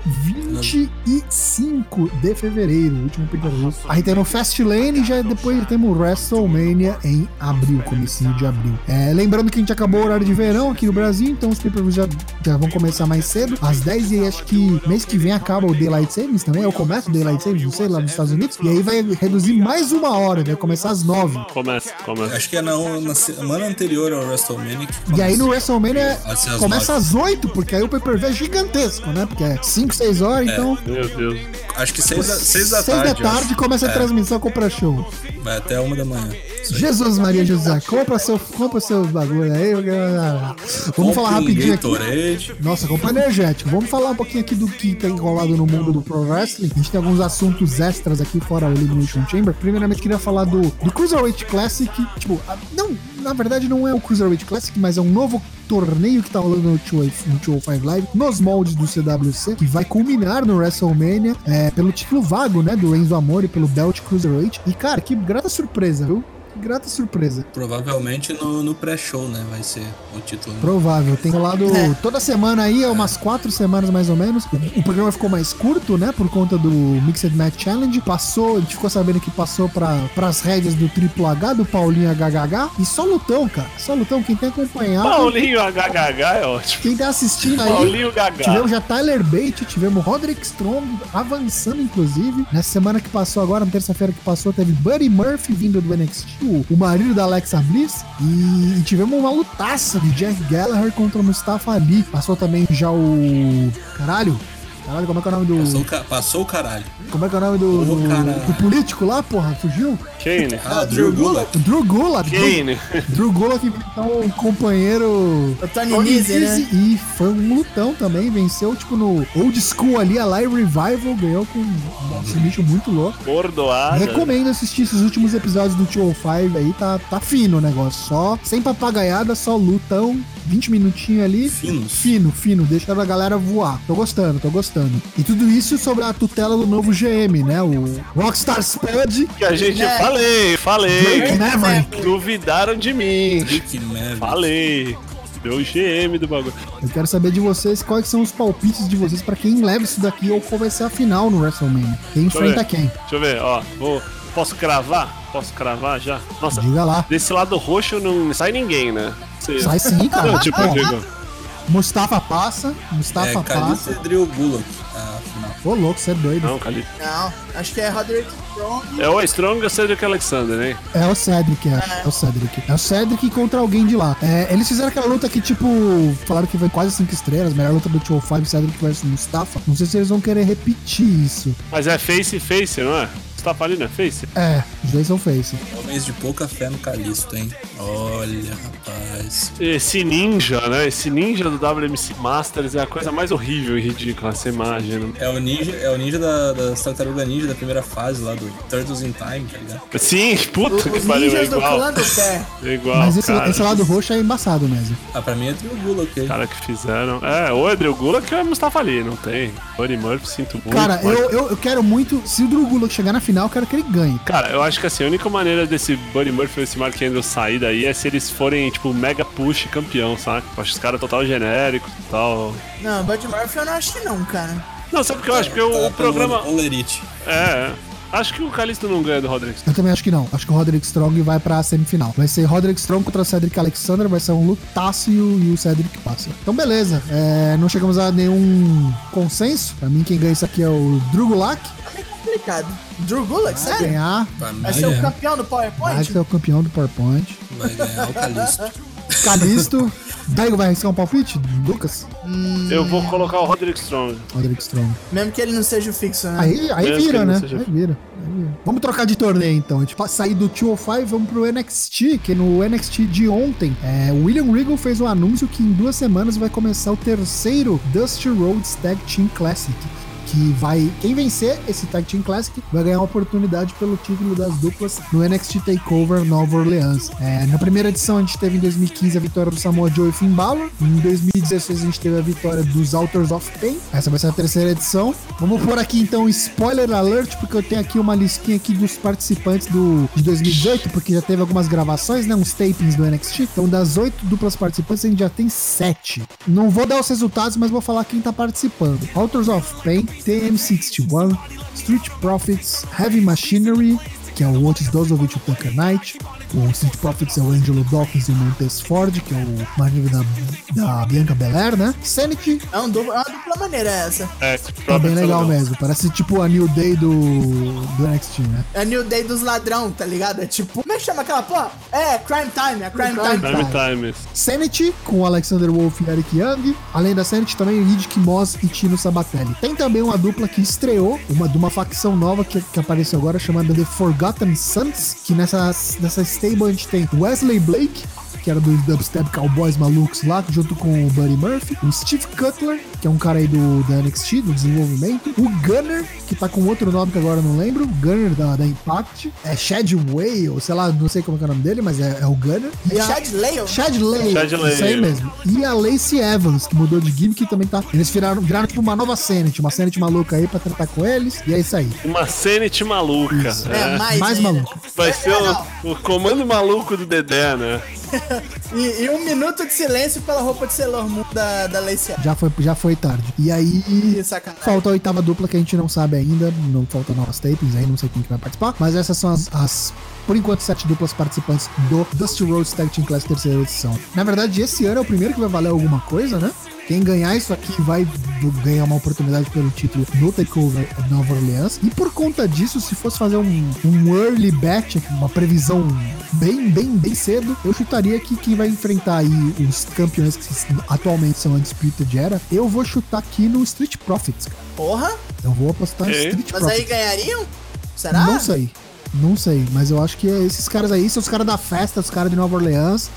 Speaker 1: 25 de fevereiro, o último pay-per-view. Aí tem tá no Fastlane e já é depois temos o WrestleMania em abril, comecinho de abril. É, lembrando que a gente acabou o horário de verão aqui no Brasil, então os pay-per-views já, já vão começar mais cedo. Às 10 e acho que mês que vem acaba o Daylight Savings também, eu começo o Daylight Savings, não sei, lá nos Estados Unidos. E aí vai reduzir mais uma hora, vai começar às 9.
Speaker 2: Começa, começa.
Speaker 3: Acho que é na, na semana anterior ao WrestleMania. que
Speaker 1: E aí no
Speaker 3: começa.
Speaker 1: WrestleMania
Speaker 3: Pode ser às
Speaker 1: começa
Speaker 3: nove.
Speaker 1: às 8, porque aí o pay-per-view é gigantesco, né? Porque é 5, 6 horas, então...
Speaker 2: Meu Deus.
Speaker 3: Acho que seis da, seis
Speaker 1: Seis
Speaker 3: da tarde. eu acho.
Speaker 1: começa a
Speaker 3: É,
Speaker 1: transmissão compra show.
Speaker 3: Vai até uma da manhã. Isso aí.
Speaker 1: Jesus Maria José, compra seu, compra seu bagulho aí. galera. Vamos
Speaker 3: Compre
Speaker 1: falar
Speaker 3: um
Speaker 1: rapidinho aqui.
Speaker 3: Gatorade.
Speaker 1: Nossa, compra energético. Vamos falar um pouquinho aqui do que tem rolado no mundo do Pro Wrestling. A gente tem alguns assuntos extras aqui fora o Elimination Chamber. Primeiramente, queria falar do, do Cruiserweight Classic. Tipo, a- não, na verdade não é o Cruiserweight Classic, mas é um novo torneio que tá rolando no 205 no 205 Live, nos moldes do CWC, que vai culminar no WrestleMania, é, pelo título vago, né, do Enzo Amore, pelo Belt Cruiserweight. E, cara, que grata surpresa, viu? Que grata surpresa.
Speaker 3: Provavelmente no, no pré-show, né? Vai ser o título.
Speaker 1: Provável. Tem rolado
Speaker 4: É.
Speaker 1: toda semana aí, é umas quatro semanas mais ou menos. O, o programa ficou mais curto, né? Por conta do Mixed Match Challenge. Passou, a gente ficou sabendo que passou pra, pras rédeas do Triplo H, do Paulinho HHH. E só lutão, cara. Só lutão. Quem tem acompanhado,
Speaker 2: Paulinho HHH é ótimo.
Speaker 1: quem tá assistindo Ah, aí.
Speaker 2: Paulinho HH.
Speaker 1: Tivemos já Tyler Bate, tivemos Roderick Strong avançando, inclusive. Nessa semana que passou agora, na terça-feira que passou, teve Buddy Murphy vindo do NXT, o- o marido da Alexa Bliss. E, e tivemos uma lutaça de Jack Gallagher contra o Mustafa Ali. Passou também já o. Caralho! Caralho, como é que é o nome
Speaker 3: Passou o,
Speaker 1: do.
Speaker 3: ca- passou o caralho.
Speaker 1: Como é que é o nome do.
Speaker 3: Ô, cara.
Speaker 1: do, do político lá, porra? Fugiu?
Speaker 2: Kane.
Speaker 3: Ah, Drew Gulak.
Speaker 1: O Drew Gulak. Drew,
Speaker 2: Kane.
Speaker 1: Drew Gulak, então, um companheiro
Speaker 4: O Tony
Speaker 1: Tony
Speaker 4: Nese, né?
Speaker 1: Nese, E foi um lutão também, venceu, tipo, no old school ali, a Live Revival, ganhou com um submission muito louco.
Speaker 2: Bordoada.
Speaker 1: Recomendo assistir esses últimos episódios do 205 aí, tá, tá fino o negócio, só sem papagaiada, só lutão, 20 minutinhos ali.
Speaker 3: Finos.
Speaker 1: Fino, fino, deixando a galera voar. Tô gostando, tô gostando. E tudo isso sobre a tutela do novo GM, né? O Rockstar Spud
Speaker 2: Que a gente.
Speaker 4: É.
Speaker 2: Falei,
Speaker 1: Drake
Speaker 2: falei.
Speaker 1: Maverick.
Speaker 2: Duvidaram de mim.
Speaker 3: Rick É, Maverick.
Speaker 2: Falei. Deu o GM do bagulho.
Speaker 1: Eu quero saber de vocês quais são os palpites de vocês pra quem leva isso daqui ou qual vai ser a final no WrestleMania. Quem
Speaker 2: eu
Speaker 1: enfrenta
Speaker 2: ver.
Speaker 1: quem?
Speaker 2: Deixa eu ver, ó. Vou, posso cravar? Posso cravar já? Nossa,
Speaker 1: Diga lá.
Speaker 2: desse lado roxo não sai ninguém, né? Você-
Speaker 1: Sai sim, cara.
Speaker 2: Não, tipo,
Speaker 1: Ó,
Speaker 2: digo,
Speaker 1: Mustafa passa, Mustafa
Speaker 3: É,
Speaker 1: passa.
Speaker 3: Calista e Drew Gulak. Ah, afinal.
Speaker 1: Ô, louco, você é doido.
Speaker 2: não, Cali.
Speaker 4: Não, acho que é Roderick Strong.
Speaker 2: É o Strong ou que Alexander, hein?
Speaker 1: É o Cedric, eu acho. É o Cedric. É o Cedric contra alguém de lá. É, eles fizeram aquela luta que, tipo, falaram que foi quase 5 estrelas, melhor luta do 205, Cedric versus Mustafa. Não sei se eles vão querer repetir isso.
Speaker 2: Mas é face face, não é? Você tá falando, é face?
Speaker 1: É, os dois são face.
Speaker 3: Homens de pouca fé no Calisto, hein? Olha, rapaz.
Speaker 2: Esse ninja, né? Esse ninja do WMC Masters é a coisa mais horrível e ridícula, essa imagem. Né?
Speaker 3: É o ninja, é o ninja da, da Tartaruga Ninja da primeira fase lá do Turtles in Time, tá ligado?
Speaker 2: Sim,
Speaker 4: O-
Speaker 2: puta
Speaker 4: Os
Speaker 2: que pariu, é
Speaker 4: ninjas do clã
Speaker 2: igual.
Speaker 4: do pé.
Speaker 2: É igual,
Speaker 1: Mas esse,
Speaker 2: cara.
Speaker 1: esse lado roxo é embaçado mesmo.
Speaker 3: Ah, pra mim é Drew Gulak, hein?
Speaker 2: Cara que fizeram. É, ou é Drew Gulak ou é Mustafa Ali, não tem. Buddy Murphy, sinto muito.
Speaker 1: Cara,
Speaker 2: mas-
Speaker 1: eu, eu, eu quero muito. Se o Drew Gulak chegar na final, eu quero que ele ganhe.
Speaker 2: Cara, eu acho que assim, a única maneira desse Buddy Murphy e esse Mark Andrews sair daí é se eles forem, tipo, mega push campeão, saca? Eu acho os caras total genéricos e tal.
Speaker 4: Não, Bud Murphy eu não acho que não, cara.
Speaker 2: Não, sabe o que eu acho? Porque
Speaker 3: Tá
Speaker 2: o, o programa.
Speaker 3: Olerite.
Speaker 2: É. é. Acho que o Calixto não ganha do Roderick.
Speaker 1: Eu também acho que não. Acho que o Roderick Strong vai pra semifinal. Vai ser Roderick Strong contra Cedric Alexander, vai ser um lutaço e o, e o Cedric passa. Então, beleza. É, não chegamos a nenhum consenso. Pra mim, quem ganha isso aqui é o Drugulak.
Speaker 4: É meio complicado. Drew Gulak,
Speaker 1: Vai
Speaker 4: sério?
Speaker 1: ganhar.
Speaker 3: Pra mim
Speaker 4: Vai ser o
Speaker 3: é-
Speaker 4: campeão do
Speaker 1: É. Vai
Speaker 4: PowerPoint?
Speaker 1: ser o campeão do PowerPoint.
Speaker 3: vai ganhar o Calisto.
Speaker 1: Calisto. Daigo vai arriscar um palpite? Lucas?
Speaker 2: Eu vou colocar o Roderick Strong.
Speaker 1: Roderick Strong.
Speaker 4: Mesmo que ele não seja o fixo, né?
Speaker 1: Aí, aí
Speaker 2: Mesmo
Speaker 1: vira,
Speaker 2: que não
Speaker 1: né?
Speaker 2: seja-
Speaker 1: Aí vira. Aí vira. Vamos trocar de torneio então. A gente passa- sair do 205 vamos pro NXT, que no NXT de ontem, é, o William Regal fez um anúncio que em duas semanas vai começar o terceiro Dusty Rhodes Tag Team Classic. Que vai. Quem vencer esse Tag Team Classic vai ganhar uma oportunidade pelo título das duplas no NXT Takeover Nova Orleans. É, na primeira edição a gente teve em 2015 a vitória do Samoa Joe e Finn Balor. Em 2016 a gente teve a vitória dos Authors of Pain. Essa vai ser a terceira edição. Vamos por aqui então spoiler alert, porque eu tenho aqui uma listinha aqui dos participantes do, de 2018, porque já teve algumas gravações, né? Uns tapings do NXT. Então das oito duplas participantes a gente já tem sete. Não vou dar os resultados, mas vou falar quem tá participando. Authors of Pain, TM61, Street Profits, Heavy Machinery, que é o Otis Dozovich e o Tucker Knight. O Street Profits é o Angelo Dawkins e o Montes Ford, que é o marido da, da Bianca Belair, né? Sanity,
Speaker 4: É, um dupla, é uma dupla maneira essa.
Speaker 2: É,
Speaker 1: tá bem legal mesmo. Parece tipo a New Day do, do NXT, né?
Speaker 4: É New Day dos ladrão, tá ligado? É tipo. Como é que chama aquela porra? É, Crime Time, é Crime
Speaker 1: Crime
Speaker 4: Time.
Speaker 2: Prime Time.
Speaker 1: Sanity, com o Alexander Wolf e Eric Young. Além da Sanity, também o Riddick Moss e Tino Sabatelli. Tem também uma dupla que estreou, uma de uma facção nova que, que apareceu agora, chamada The Forgotten Sons, que nessa, nessa stable a gente tem Wesley Blake, que era dos Dubstep Cowboys malucos lá, junto com o Buddy Murphy, o Steve Cutler, que é um cara aí do, da NXT, do desenvolvimento, o Gunner, que tá com outro nome que agora eu não lembro, Gunner da, da Impact, é Chad Way, ou sei lá, não sei como é, que é o nome dele, mas é, é o Gunner. E a-
Speaker 4: Chad Lale?
Speaker 1: Chad Lane.
Speaker 2: Chad Lane.
Speaker 1: Isso aí mesmo. E a Lacey Evans, que mudou de gimmick, também tá. Eles viraram, viraram tipo uma nova Senate, uma Senate maluca aí pra tratar com eles. E é isso aí.
Speaker 2: Uma Sanity maluca.
Speaker 4: É,
Speaker 2: É.
Speaker 4: mais,
Speaker 1: Mais
Speaker 4: ainda.
Speaker 1: maluco.
Speaker 2: Vai ser
Speaker 4: É, não.
Speaker 2: o, o comando maluco do Dedé, né?
Speaker 4: E, e um minuto de silêncio pela roupa de Sailor Moon da, da Lacey.
Speaker 1: Já foi, já foi tarde. E aí.
Speaker 4: Ih, sacanagem.
Speaker 1: Falta a oitava dupla que a gente não sabe ainda. Não falta novas tapings aí, não sei quem que vai participar. Mas essas são as. as, por enquanto, sete duplas participantes do Dusty Rhodes Tag Team Class terceira edição. Na verdade, esse ano é o primeiro que vai valer alguma coisa, né? Quem ganhar isso aqui vai ganhar uma oportunidade pelo título no Takeover Nova Orleans. E por conta disso, se fosse fazer um, um early bet, uma previsão bem, bem, bem cedo, eu chutaria que quem vai enfrentar aí os campeões que atualmente são Undisputed Era, eu vou chutar aqui no Street Profits, cara.
Speaker 4: Porra?
Speaker 1: Eu vou apostar em
Speaker 2: É.
Speaker 1: Street
Speaker 4: Mas aí
Speaker 1: Profits.
Speaker 4: ganhariam? Será?
Speaker 1: Não sei. Não sei, mas eu acho que é esses caras aí são os caras da festa, os caras de Nova Orleans.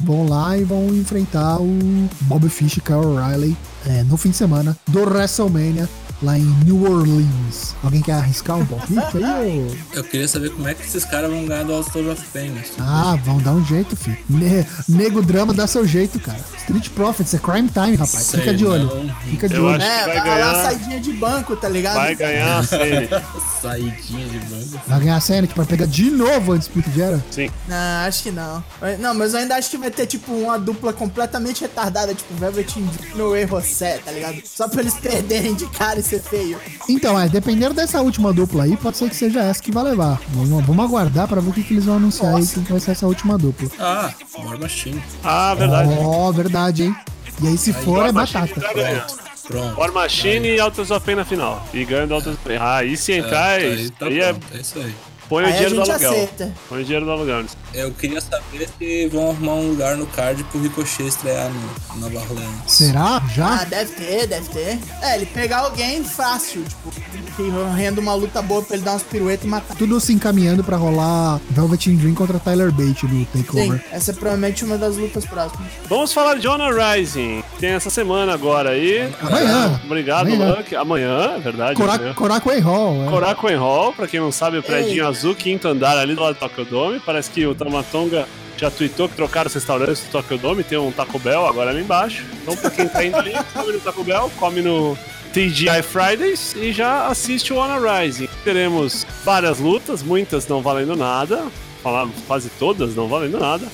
Speaker 1: Vão lá e vão enfrentar o Bob Fish e Kyle O'Reilly é, no fim de semana do WrestleMania lá em New Orleans. Alguém quer arriscar um palpite aí? Ou...
Speaker 3: Eu queria saber como é que esses caras vão ganhar do All-Star of Fame. né?
Speaker 1: Ah, vão dar um jeito, filho. Ne- Nego drama dá seu jeito, cara. Street Profits é crime time, rapaz.
Speaker 3: Sei
Speaker 1: Fica de olho.
Speaker 3: não.
Speaker 1: Fica de
Speaker 2: Eu
Speaker 1: olho.
Speaker 2: acho-
Speaker 4: É,
Speaker 2: Vai
Speaker 4: vai lá
Speaker 2: ganhar.
Speaker 4: saidinha de banco, tá ligado?
Speaker 2: Vai ganhar a Sanity.
Speaker 3: Saidinha de banco.
Speaker 1: Vai ganhar a Senate pra pegar de novo antes do que era.
Speaker 2: Sim.
Speaker 4: Não, acho que não. Não, mas eu ainda acho que vai ter, tipo, uma dupla completamente retardada, tipo, Velvet Indino e Rosé, tá ligado? Só pra eles perderem de cara e ser feio.
Speaker 1: Então, é, dependendo dessa última dupla aí, pode ser que seja essa que vai levar. Vamos, vamos aguardar pra ver o que, que eles vão anunciar aí,
Speaker 4: Nossa.
Speaker 1: quem que vai ser essa última dupla.
Speaker 3: Ah, War Machine.
Speaker 2: Ah, verdade. tá
Speaker 1: Ó, verdade, hein? E aí, se for, é
Speaker 2: War Machine
Speaker 1: batata.
Speaker 2: vai ganhar.
Speaker 3: Pronto, pronto.
Speaker 2: War Machine e Autos of Pain na final. E ganha do Autos of Pain. Ah, e se entrar,
Speaker 3: É,
Speaker 2: isso
Speaker 3: tá
Speaker 2: aí é-
Speaker 3: pronto, é isso aí.
Speaker 2: põe o
Speaker 4: Aí a
Speaker 2: dinheiro do
Speaker 4: gente
Speaker 2: aluguel.
Speaker 4: aceita.
Speaker 2: Põe o dinheiro do aluguel. nisso.
Speaker 3: Eu queria saber se vão arrumar um lugar no card pro Ricochet estrear no Nova Orleans.
Speaker 1: Será?
Speaker 4: Ah,
Speaker 1: Já?
Speaker 4: deve ter, deve ter. É, ele pegar alguém fácil, tipo, que renda uma luta boa pra ele dar uns piruetas e matar.
Speaker 1: Tudo se encaminhando pra rolar Velveteen Dream contra Tyler Bate no
Speaker 4: Sim,
Speaker 1: Takeover.
Speaker 4: essa é provavelmente uma das lutas próximas.
Speaker 2: Vamos falar de Honor Rising. Tem essa semana agora aí.
Speaker 1: Amanhã.
Speaker 2: Obrigado,
Speaker 1: Amanhã.
Speaker 2: Luck. Amanhã, é verdade. amanhã.
Speaker 1: Cora- Coracway Hall. é.
Speaker 2: Korakuen Hall, pra quem não sabe, o prédio azul, quinto andar ali do lado do Tokyo Dome. Parece que o Tamatonga já tweetou que trocaram os restaurantes do Tokyo Dome, tem um Taco Bell agora ali embaixo. Então, pra quem tá indo ali, come no Taco Bell, come no TGI Fridays e já assiste o Honor Rising. Teremos várias lutas, muitas não valendo nada. Falar quase todas não valendo nada.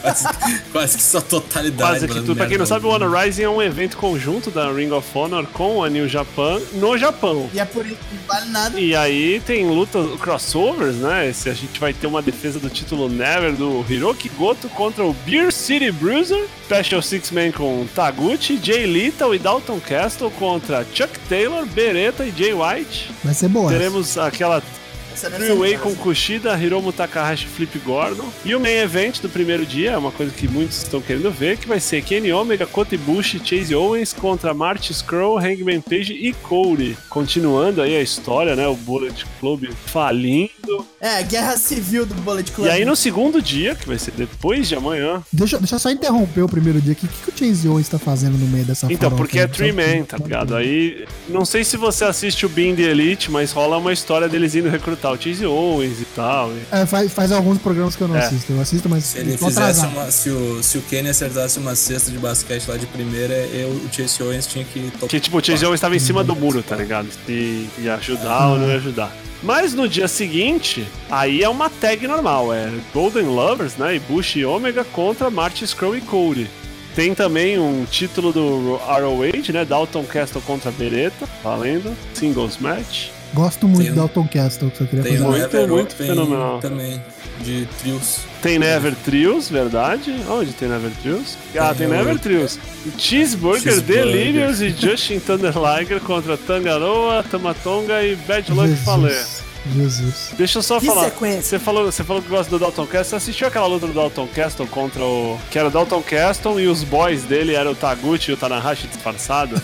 Speaker 3: Quase, quase que só totalidade.
Speaker 2: Quase que
Speaker 3: mano,
Speaker 2: tudo. Pra quem não
Speaker 3: merda.
Speaker 2: sabe, o Honor Rising é um evento conjunto da Ring of Honor com a New Japan no Japão.
Speaker 4: E é por isso que não vale nada.
Speaker 2: E aí tem lutas, crossovers, né? Esse, a gente vai ter uma defesa do título Never do Hiroki Goto contra o Beer City Bruiser, Special Six Man com Taguchi, Jay Little e Dalton Castle contra Chuck Taylor, Beretta e Jay White.
Speaker 1: Vai ser boa. essa.
Speaker 2: Teremos aquela
Speaker 4: Essa deve ser
Speaker 2: Freeway
Speaker 4: massa.
Speaker 2: com Kushida, Hiromu Takahashi, Flip Gordon. E o main event do primeiro dia, é uma coisa que muitos estão querendo ver, que vai ser Kenny Omega, Kota Ibushi, Chase Owens contra Marty Scroll, Hangman Page e Cody. Continuando aí a história, né? O Bullet Club falindo.
Speaker 4: É, guerra civil do Bullet Club.
Speaker 2: E aí no segundo dia, que vai ser depois de amanhã.
Speaker 1: Deixa, deixa eu só interromper o primeiro dia aqui. O que, que o Chase Owens tá fazendo no meio dessa
Speaker 2: Então,
Speaker 1: farofa
Speaker 2: porque
Speaker 1: aí?
Speaker 2: é Three Man, tá ligado? Aí, não sei se você assiste o Being the Elite, mas rola uma história deles indo recrutar o Chase Owens e tal. e-
Speaker 1: É, faz, faz alguns programas que eu não
Speaker 2: É.
Speaker 1: assisto. Eu assisto, mas
Speaker 3: Se ele
Speaker 1: tô
Speaker 3: fizesse
Speaker 1: atrasado.
Speaker 3: uma, se, o, se o Kenny acertasse uma cesta de basquete lá de primeira, eu, o Chase Owens tinha que topar.
Speaker 2: Que tipo, o Chase Owens estava em cima do muro, tá ligado? Se ia ajudar ou não ia ajudar. Mas no dia seguinte, aí é uma tag normal, é Golden Lovers, né? E Bush e Omega contra Marty Scroll e Cody. Tem também um título do ROH, né? Dalton Castle contra Beretta, valendo. Singles match.
Speaker 1: Gosto muito
Speaker 3: Tem- um-
Speaker 1: do Dalton Castle, que eu queria
Speaker 3: Tem
Speaker 1: fazer.
Speaker 3: o
Speaker 2: Muito,
Speaker 3: Never
Speaker 2: muito
Speaker 3: Open
Speaker 2: fenomenal.
Speaker 3: também, de trios.
Speaker 2: Tem Never Trios, verdade? Onde tem Never Trios? Ah, tem Never Trios. Cheeseburger,
Speaker 3: Cheeseburger.
Speaker 2: Delirious e Justin Thunder Liger contra Tangaroa, Tamatonga e Bad Luck Fale.
Speaker 1: Jesus.
Speaker 2: Deixa eu só
Speaker 4: Que
Speaker 2: falar.
Speaker 4: sequência?
Speaker 2: Você falou, você falou que gosta do Dalton Castle. Você assistiu aquela luta do Dalton Castle contra o. Que era o Dalton Castle e os boys dele eram o Taguchi e o Tanahashi disfarçado?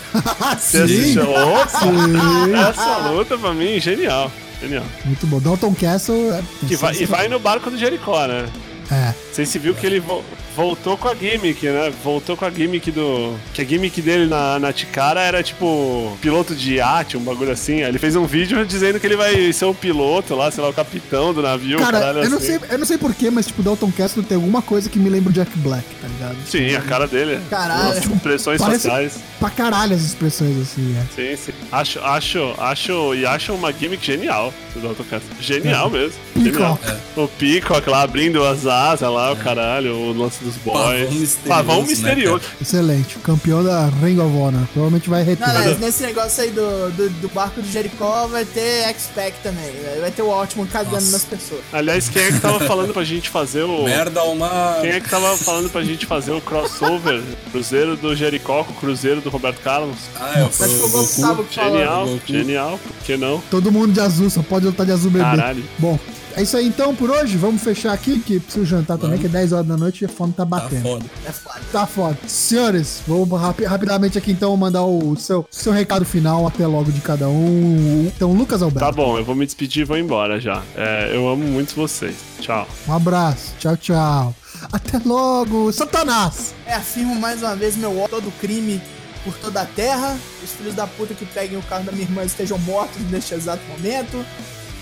Speaker 2: Você
Speaker 1: Sim,
Speaker 2: assistiu? Opa!
Speaker 1: sim.
Speaker 2: Essa luta pra mim, genial. Genial.
Speaker 1: Muito bom. Dalton Castle. é-
Speaker 2: Que vai, e vai no barco do Jericó, né?
Speaker 1: É.
Speaker 2: Vocês se viu que ele vo- voltou com a gimmick, né? Voltou com a gimmick do. Que a gimmick dele na, na Ticara era tipo piloto de iate, um bagulho assim. Aí ele fez um vídeo dizendo que ele vai ser o piloto lá, sei lá, o capitão do navio.
Speaker 1: Cara,
Speaker 2: caralho,
Speaker 1: eu não,
Speaker 2: assim.
Speaker 1: sei, eu não sei porquê, mas tipo, Dalton Castle tem alguma coisa que me lembra o Jack Black, tá ligado?
Speaker 2: Sim, a cara dele.
Speaker 4: Caralho.
Speaker 2: As Expressões
Speaker 1: Parece-
Speaker 2: sociais.
Speaker 1: Pra caralho as expressões assim, é.
Speaker 2: Sim, sim. Acho, acho, acho. E acho uma gimmick genial do Dr. Castle. Genial mesmo. Genial. O Peacock lá abrindo as asas lá, o caralho, o lance dos boys.
Speaker 3: misterioso,
Speaker 2: Pavão
Speaker 3: né,
Speaker 2: misterioso.
Speaker 1: Excelente. O campeão da Ring of Honor. Provavelmente vai reter.
Speaker 4: Não, aliás, nesse negócio aí do, do, do barco de Jericó vai ter X-Pac também. velho. Vai ter o Altman cagando
Speaker 3: Nossa.
Speaker 4: nas pessoas.
Speaker 2: Aliás, quem é que tava falando pra gente fazer o.
Speaker 3: Merda, uma.
Speaker 2: Quem é que tava falando pra gente fazer o crossover? Cruzeiro do Jericó com o Cruzeiro do Roberto Carlos?
Speaker 3: Ah, eu
Speaker 4: Mas foi o
Speaker 3: fui.
Speaker 4: Gustavo que falou.
Speaker 2: Genial,
Speaker 3: Goku.
Speaker 2: genial, por que não?
Speaker 1: Todo mundo de azul, só pode lutar de azul bebê.
Speaker 2: Caralho.
Speaker 1: Bom, é isso aí então por hoje. Vamos fechar aqui, que preciso jantar também, que é 10 horas da noite e a fome tá
Speaker 3: Tá
Speaker 1: batendo.
Speaker 3: foda.
Speaker 4: É foda.
Speaker 1: Tá foda. Senhores, vou rapi- rapidamente aqui então mandar o seu, seu recado final, até logo de cada um. Então, Lucas
Speaker 2: Tá
Speaker 1: Alberto,
Speaker 2: bom, eu vou me despedir e vou embora já. É, eu amo muito vocês. Tchau.
Speaker 1: um abraço. Tchau, tchau. Até logo, Satanás!
Speaker 4: É, afirmo mais uma vez meu ódio todo crime por toda a terra. Os filhos da puta que peguem o carro da minha irmã estejam mortos neste exato momento.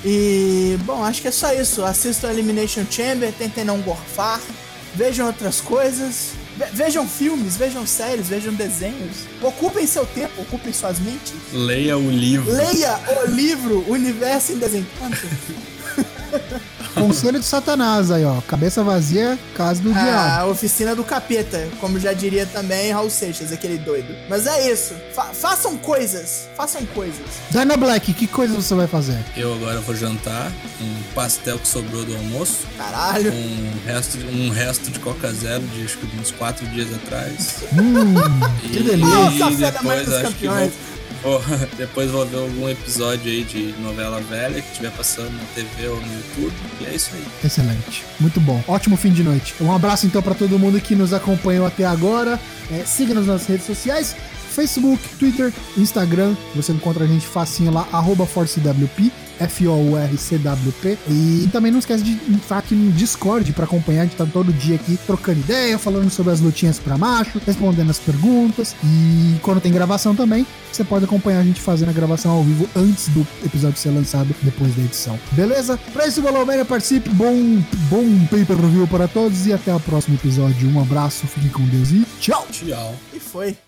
Speaker 4: E, bom, acho que é só isso. Assistam Elimination Chamber, tentem não gorfar, vejam outras coisas, ve- vejam filmes, vejam séries, vejam desenhos. Ocupem seu tempo, ocupem suas mentes.
Speaker 3: Leia o livro.
Speaker 4: Leia o livro Universo em Desencanto.
Speaker 1: Conselho de Satanás aí, ó. Cabeça vazia, casa do diabo.
Speaker 4: A oficina do capeta, como já diria também Raul Seixas, aquele doido. Mas é isso. Fa- façam coisas. Façam coisas.
Speaker 1: Dyna Black, que coisa você vai fazer?
Speaker 3: Eu agora vou jantar um pastel que sobrou do almoço,
Speaker 4: Caralho.
Speaker 3: um resto, um resto de Coca Zero de acho que uns quatro dias atrás.
Speaker 4: Hum,
Speaker 3: e,
Speaker 1: que delícia.
Speaker 4: Ah, o
Speaker 3: e
Speaker 4: café da manhã
Speaker 3: depois
Speaker 4: dos
Speaker 3: acho que
Speaker 4: campeões.
Speaker 3: vou, vou- depois vou ver algum episódio aí de novela velha que estiver passando na TV ou no YouTube. E é isso aí.
Speaker 1: Excelente. Muito bom. Ótimo fim de noite. Um abraço então pra todo mundo que nos acompanhou até agora. É, Siga-nos nas redes sociais. Facebook, Twitter, Instagram, você encontra a gente facinho lá, arroba ForceWP, F-O-U-R-C-W-P. E também não esquece de entrar aqui no Discord pra acompanhar, a gente tá todo dia aqui trocando ideia, falando sobre as lutinhas pra macho, respondendo as perguntas. E quando tem gravação também, você pode acompanhar a gente fazendo a gravação ao vivo antes do episódio ser lançado, depois da edição. Beleza? Pra isso, valeu, Mania, participe. Bom, bom pay-per-view para todos e até o próximo episódio. Um abraço, fique com Deus e tchau!
Speaker 3: Tchau.
Speaker 4: E foi.